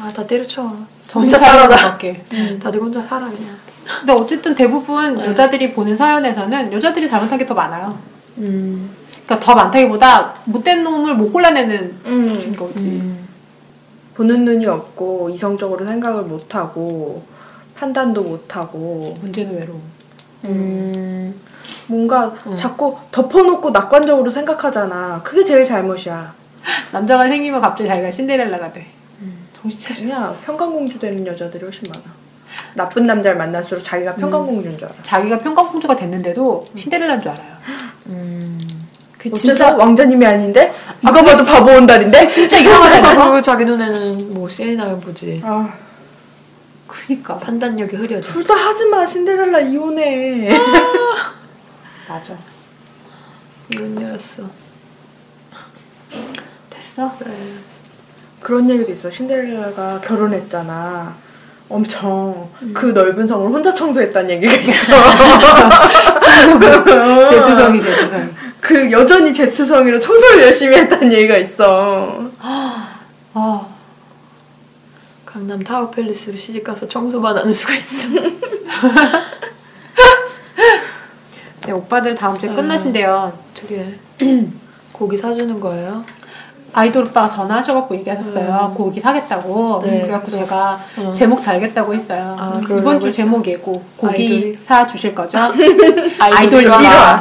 Speaker 3: 아다 때려쳐.
Speaker 2: 정신 차리는 것밖에
Speaker 3: 다들 혼자 살아 그냥.
Speaker 2: 근데 어쨌든 대부분 여자들이 보는 사연에서는 여자들이 잘못한 게 더 많아요
Speaker 3: 음.
Speaker 2: 그러니까 더 많다기보다 못된 놈을 못 골라내는
Speaker 4: 음.
Speaker 2: 거지
Speaker 4: 보는 눈이 없고 이성적으로 생각을 못 하고 판단도 못 하고
Speaker 2: 문제는 외로움
Speaker 3: 음.
Speaker 4: 뭔가 자꾸 덮어놓고 낙관적으로 생각하잖아. 그게 제일 잘못이야.
Speaker 2: 남자가 생기면 갑자기 자기가 신데렐라가 돼 정신 차려
Speaker 4: 그냥 평강공주 되는 여자들이 훨씬 많아. 나쁜 남자를 만날수록 자기가 평강공주인 줄 알아.
Speaker 2: 자기가 평강공주가 됐는데도 신데렐라인 줄 알아요
Speaker 3: 음.
Speaker 2: 그
Speaker 4: 어째서
Speaker 2: 진짜
Speaker 4: 왕자님이 아닌데? 아까 봐도 바보 온달인데? 진짜
Speaker 3: (laughs)
Speaker 2: 이상하잖아
Speaker 3: 그리고 자기 눈에는 뭐 시에나 보지.
Speaker 4: 아,
Speaker 2: 그니까
Speaker 3: 판단력이 흐려져.
Speaker 4: 둘 다 하지마 신데렐라 (laughs) 이혼해.
Speaker 2: 맞아
Speaker 3: 이혼녀였어.
Speaker 2: 됐어?
Speaker 3: 그래.
Speaker 4: 그런 얘기도 있어. 신데렐라가 결혼했잖아. 엄청 그 넓은 성을 혼자 청소했다는 얘기가 있어.
Speaker 2: (laughs)
Speaker 4: (laughs)
Speaker 2: 제두성이 제두성이
Speaker 4: 그 여전히 제투성이로 청소를 열심히 했다는 얘기가 (laughs) 있어.
Speaker 2: 아
Speaker 3: 강남 타워 팰리스로 시집 가서 청소만 하는 수가 있어.
Speaker 2: 네, 오빠들 다음 주에 끝나신대요
Speaker 3: 어떻게 고기 사주는 거예요?
Speaker 2: 아이돌 오빠가 전화하셔갖고 얘기하셨어요 고기 사겠다고
Speaker 3: 음. 네,
Speaker 2: 그래갖고
Speaker 3: 그래서-
Speaker 2: 제가
Speaker 3: 음.
Speaker 2: 제목 달겠다고 했어요 음,
Speaker 3: 아,
Speaker 2: 이번
Speaker 3: 그러려고
Speaker 2: 주
Speaker 3: 했어?
Speaker 2: 제목 예고 고기
Speaker 3: 아이돌이?
Speaker 2: 사주실 거죠?
Speaker 3: (laughs) 아이돌
Speaker 2: 아이돌
Speaker 3: 일화. (laughs)
Speaker 2: 일화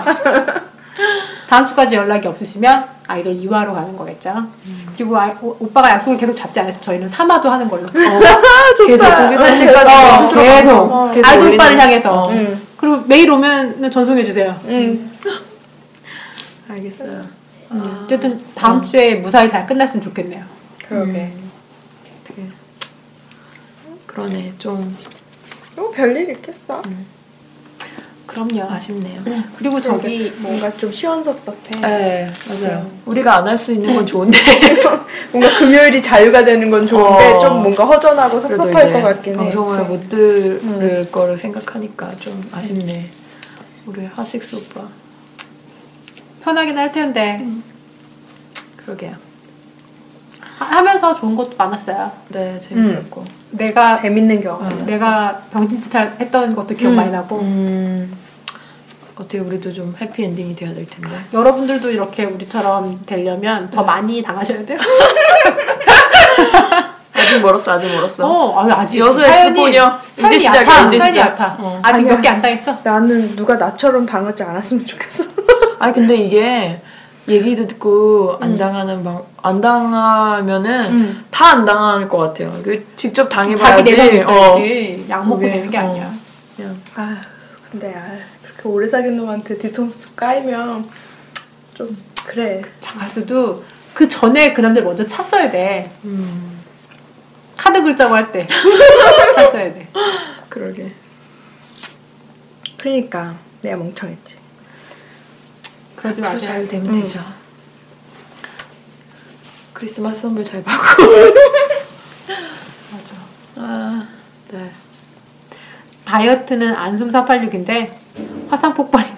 Speaker 2: 다음 주까지 연락이 없으시면 아이들 2화로 가는 거겠죠.
Speaker 3: 음.
Speaker 2: 그리고 아, 오, 오빠가 약속을 계속 잡지 않았으면 저희는 3화도 하는 걸로.
Speaker 3: 어. 계속 거기서
Speaker 4: 네.
Speaker 3: 할 때까지
Speaker 2: 어,
Speaker 3: 그냥 스스로
Speaker 2: 계속.
Speaker 3: 방송, 계속
Speaker 2: 아이돌
Speaker 3: 올리는
Speaker 2: 오빠를
Speaker 3: 거.
Speaker 2: 향해서.
Speaker 3: 어.
Speaker 4: 음.
Speaker 2: 그리고 매일 오면 전송해 주세요.
Speaker 4: 음.
Speaker 3: 알겠어요. 아.
Speaker 2: 어쨌든 다음 주에 무사히 잘 끝났으면 좋겠네요.
Speaker 4: 그러게.
Speaker 3: 어떻게 그러네 좀
Speaker 4: 어, 별일 있겠어.
Speaker 2: 그럼요.
Speaker 3: 아쉽네요. 음.
Speaker 2: 그리고 저기 뭐
Speaker 4: 뭔가 좀 시원섭섭해.
Speaker 3: 네 맞아요. 우리가 안 할 수 있는 건 좋은데
Speaker 4: (laughs) 뭔가 금요일이 자유가 되는 건 좋은데
Speaker 3: 어.
Speaker 4: 좀 뭔가 허전하고
Speaker 3: 그래도
Speaker 4: 섭섭할
Speaker 3: 이제
Speaker 4: 것 같긴 해. 네.
Speaker 3: 방송을 못 들을 거를 생각하니까 좀 아쉽네. 우리 하식스 오빠
Speaker 2: 편하긴 할 텐데
Speaker 3: 그러게요.
Speaker 2: 하- 하면서 좋은 것도 많았어요.
Speaker 3: 네 재밌었고.
Speaker 2: 내가
Speaker 4: 아, 재밌는 경험.
Speaker 2: 어, 내가 병신짓 할- 했던 것도 기억 많이 나고
Speaker 3: 음 어떻게 우리도 좀 해피 엔딩이 돼야 될 텐데.
Speaker 2: 여러분들도 이렇게 우리처럼 되려면
Speaker 3: 음.
Speaker 2: 더 많이 당하셔야 돼요.
Speaker 3: 아직 멀었어 아직 멀었어.
Speaker 2: 어, 아유, 아직
Speaker 3: 여수 엑스포녀. 이제
Speaker 2: 사연이
Speaker 3: 시작이야,
Speaker 2: 얕아,
Speaker 3: 이제
Speaker 2: 사연이
Speaker 3: 시작.
Speaker 2: 얕아.
Speaker 3: 어.
Speaker 2: 아직 몇
Speaker 4: 아니야.
Speaker 2: 개 안 당했어.
Speaker 4: 나는 누가 나처럼 당하지 않았으면 좋겠어.
Speaker 3: 아니 근데 이게 얘기도 듣고
Speaker 2: 음.
Speaker 3: 안 당하는 방, 안 당하면은 다 안 당할 것 같아요. 그 직접
Speaker 2: 자기
Speaker 3: 당해봐야지.
Speaker 2: 내성이
Speaker 3: 어.
Speaker 2: 있어야지 약 먹고
Speaker 3: 그게,
Speaker 2: 되는 게
Speaker 3: 어.
Speaker 2: 아니야.
Speaker 3: 그냥
Speaker 4: (laughs) 아 근데 아, 그렇게 오래 사귄 놈한테 뒤통수 까이면 좀 그래.
Speaker 2: 가수도 그 전에 그 남자를 먼저 찼어야 돼.
Speaker 3: 음
Speaker 2: 카드 긁자고 할
Speaker 3: (laughs)
Speaker 2: 때. 찼어야 돼.
Speaker 3: 그러게.
Speaker 4: 그러니까 내가 멍청했지.
Speaker 2: 그러지
Speaker 3: 앞으로
Speaker 2: 마세요. 음.
Speaker 3: 잘 되면 되죠. 크리스마스 선물 잘 받고. (laughs)
Speaker 2: 맞아.
Speaker 3: 아, 네.
Speaker 2: 다이어트는 안숨 486인데 화상 폭발이라.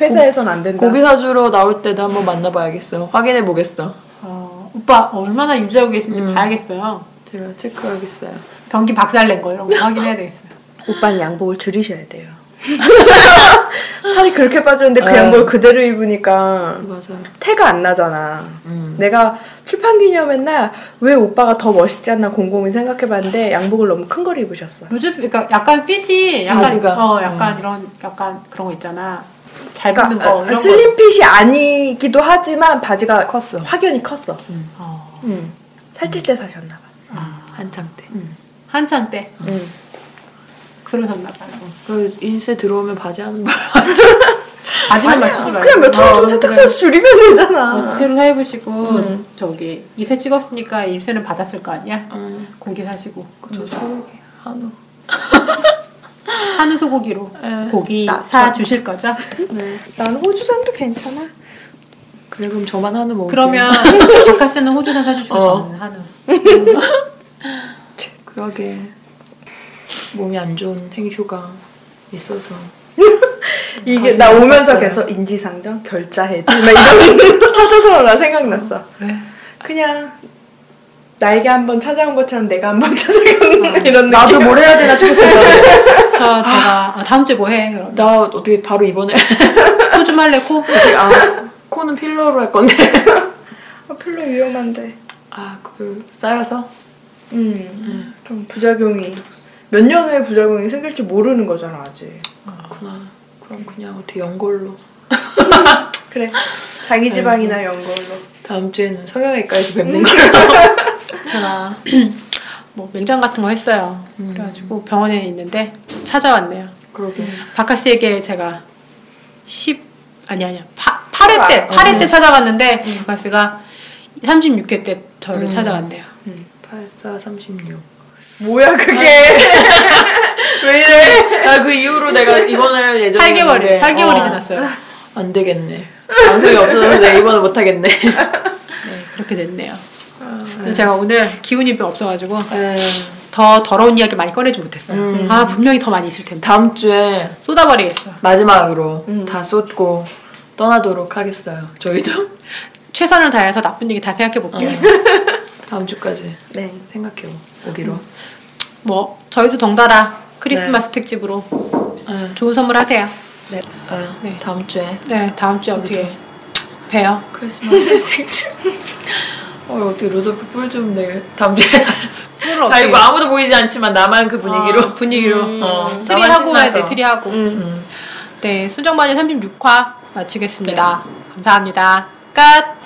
Speaker 4: 회사에선 안 된다.
Speaker 3: 고기 사주러 나올 때도 한번 만나봐야겠어. 확인해 보겠어.
Speaker 2: 어, 오빠 얼마나 유지하고 계신지
Speaker 4: 음.
Speaker 2: 봐야겠어요.
Speaker 3: 제가 체크하겠어요.
Speaker 2: 변기 박살낸 거 이런 거 확인해야 되겠어요.
Speaker 4: 오빠는 양복을 줄이셔야 돼요. (laughs) 살이 그렇게 빠졌는데 그
Speaker 3: 아.
Speaker 4: 양복을 그대로 입으니까
Speaker 3: 맞아요.
Speaker 4: 태가 안 나잖아. 내가 출판 기념회 날왜 오빠가 더 멋있지 않나 곰곰이 생각해봤는데 양복을 너무 큰 걸 입으셨어.
Speaker 2: 무즙, 그러니까 약간 핏이 약간
Speaker 3: 바지가.
Speaker 2: 어 약간 이런 약간 그런 거 있잖아. 잘 붙는
Speaker 4: 그러니까
Speaker 2: 거
Speaker 4: 아,
Speaker 2: 이런 거.
Speaker 4: 슬림핏이 아니기도 하지만 바지가
Speaker 3: 컸어.
Speaker 4: 확연히 컸어.
Speaker 2: 어,
Speaker 4: 음. 살찔 때 사셨나 봐.
Speaker 3: 한창 때.
Speaker 2: 음. 한창 때
Speaker 4: 음.
Speaker 2: 그러셨나 봐요.
Speaker 4: 어.
Speaker 3: 그 인스에 들어오면 바지 하는 말.
Speaker 2: 바지만 맞추지 말고
Speaker 4: 아, 그냥 몇천 원 주고
Speaker 3: 어,
Speaker 4: 세탁소에서 줄이면
Speaker 2: 어,
Speaker 4: 되잖아. 음.
Speaker 2: 새로 사입으시고 저기 이세 찍었으니까 일세는 받았을 거 아니야?
Speaker 3: 음,
Speaker 2: 고기 사시고
Speaker 3: 저 소고기 한우.
Speaker 2: 한우 소고기로
Speaker 3: 에.
Speaker 2: 고기
Speaker 4: 나-
Speaker 2: 사 주실 거죠?
Speaker 3: 네.
Speaker 4: 난 호주산도 괜찮아.
Speaker 3: 그래 그럼 저만 한우 먹을게요.
Speaker 2: 그러면 (laughs) 바카스는 호주산 사주시고
Speaker 3: 어.
Speaker 2: 저는 한우.
Speaker 3: 그러게 몸이 안 좋은 행쇼가 있어서
Speaker 4: 이게
Speaker 3: 다시
Speaker 4: 나 오면서
Speaker 3: 바꿨어요.
Speaker 4: 계속 인지상정 결자해지 (laughs) 막 이런 찾아서 나 생각났어.
Speaker 3: 왜?
Speaker 4: 그냥 나에게 한번 찾아온 것처럼 내가 한번 (laughs) 찾아온 이런
Speaker 3: 나도
Speaker 4: 느낌.
Speaker 3: 뭘 해야
Speaker 2: (laughs)
Speaker 3: 되나 싶었어요.
Speaker 2: 저 제가 어, 다음 주에 뭐해? 그럼
Speaker 3: 나 어떻게 바로 이번에 (laughs)
Speaker 2: 코좀 할래 코?
Speaker 3: 아 코는 필러로 할 건데
Speaker 4: 아, 별로 위험한데.
Speaker 3: 아 그걸 쌓여서
Speaker 4: 음, 좀 부작용이 몇 년 후에 부작용이 생길지 모르는 거잖아 아직.
Speaker 3: 그렇구나. 그럼 그냥 어떻게 연골로
Speaker 4: 그래. 자기 지방이나 연골로.
Speaker 3: 다음 주에는 성형외과에서
Speaker 2: 음.
Speaker 3: 뵙는 걸로.
Speaker 2: (laughs) 제가 (clears throat) 뭐 맹장 같은 거 했어요. 그래가지고 병원에 있는데 찾아왔네요.
Speaker 3: 그러게.
Speaker 2: 바카 씨에게 제가 10 아니 아니야 8회 때 8회 때 찾아갔는데 바카 씨가 36회 때 저를 찾아왔네요.
Speaker 3: 8436.
Speaker 4: 뭐야 그게? 왜 이래?
Speaker 3: 아그 이후로 내가 입원할 예정인데.
Speaker 2: 네. 8개월이 8개월이
Speaker 3: 네, 어,
Speaker 2: 지났어요.
Speaker 3: 안 되겠네. 방송이 없어서 내가 입원을
Speaker 2: (laughs)
Speaker 3: 못 하겠네.
Speaker 2: 네, 그렇게 됐네요. 그래서 제가 오늘 기운이 별 없어가지고
Speaker 3: 에.
Speaker 2: 더 더러운 이야기 많이 꺼내지 못했어요. 아 분명히 더 많이 있을 텐데
Speaker 3: 다음 주에
Speaker 2: 쏟아버리겠어.
Speaker 3: 마지막으로
Speaker 2: 음.
Speaker 3: 다 쏟고 떠나도록 하겠어요. 저희도 (laughs)
Speaker 2: 최선을 다해서 나쁜 얘기 다 생각해 볼게요.
Speaker 3: 다음 주까지
Speaker 4: 네.
Speaker 3: 생각해 오기로.
Speaker 2: 음. 뭐 저희도 덩달아 크리스마스 특집으로
Speaker 3: 네.
Speaker 2: 좋은 선물 하세요.
Speaker 3: 네. 어,
Speaker 2: 아, 네.
Speaker 3: 다음 주에
Speaker 2: 네 다음 주에 어떻게 봬요?
Speaker 3: (laughs) 크리스마스 특집. 어 어떻게 루돌프 뿔좀 내. 다음 주에
Speaker 2: 뿔을
Speaker 3: 다
Speaker 2: 어떻게
Speaker 3: 읽고 아무도 보이지 않지만 나만 그 분위기로.
Speaker 2: 아, 분위기로
Speaker 3: 어, 나만
Speaker 2: 트리하고 해야 음.
Speaker 3: 신나서.
Speaker 2: 돼 트리하고. 네 수정반의 36화 마치겠습니다. 감사합니다. 끝.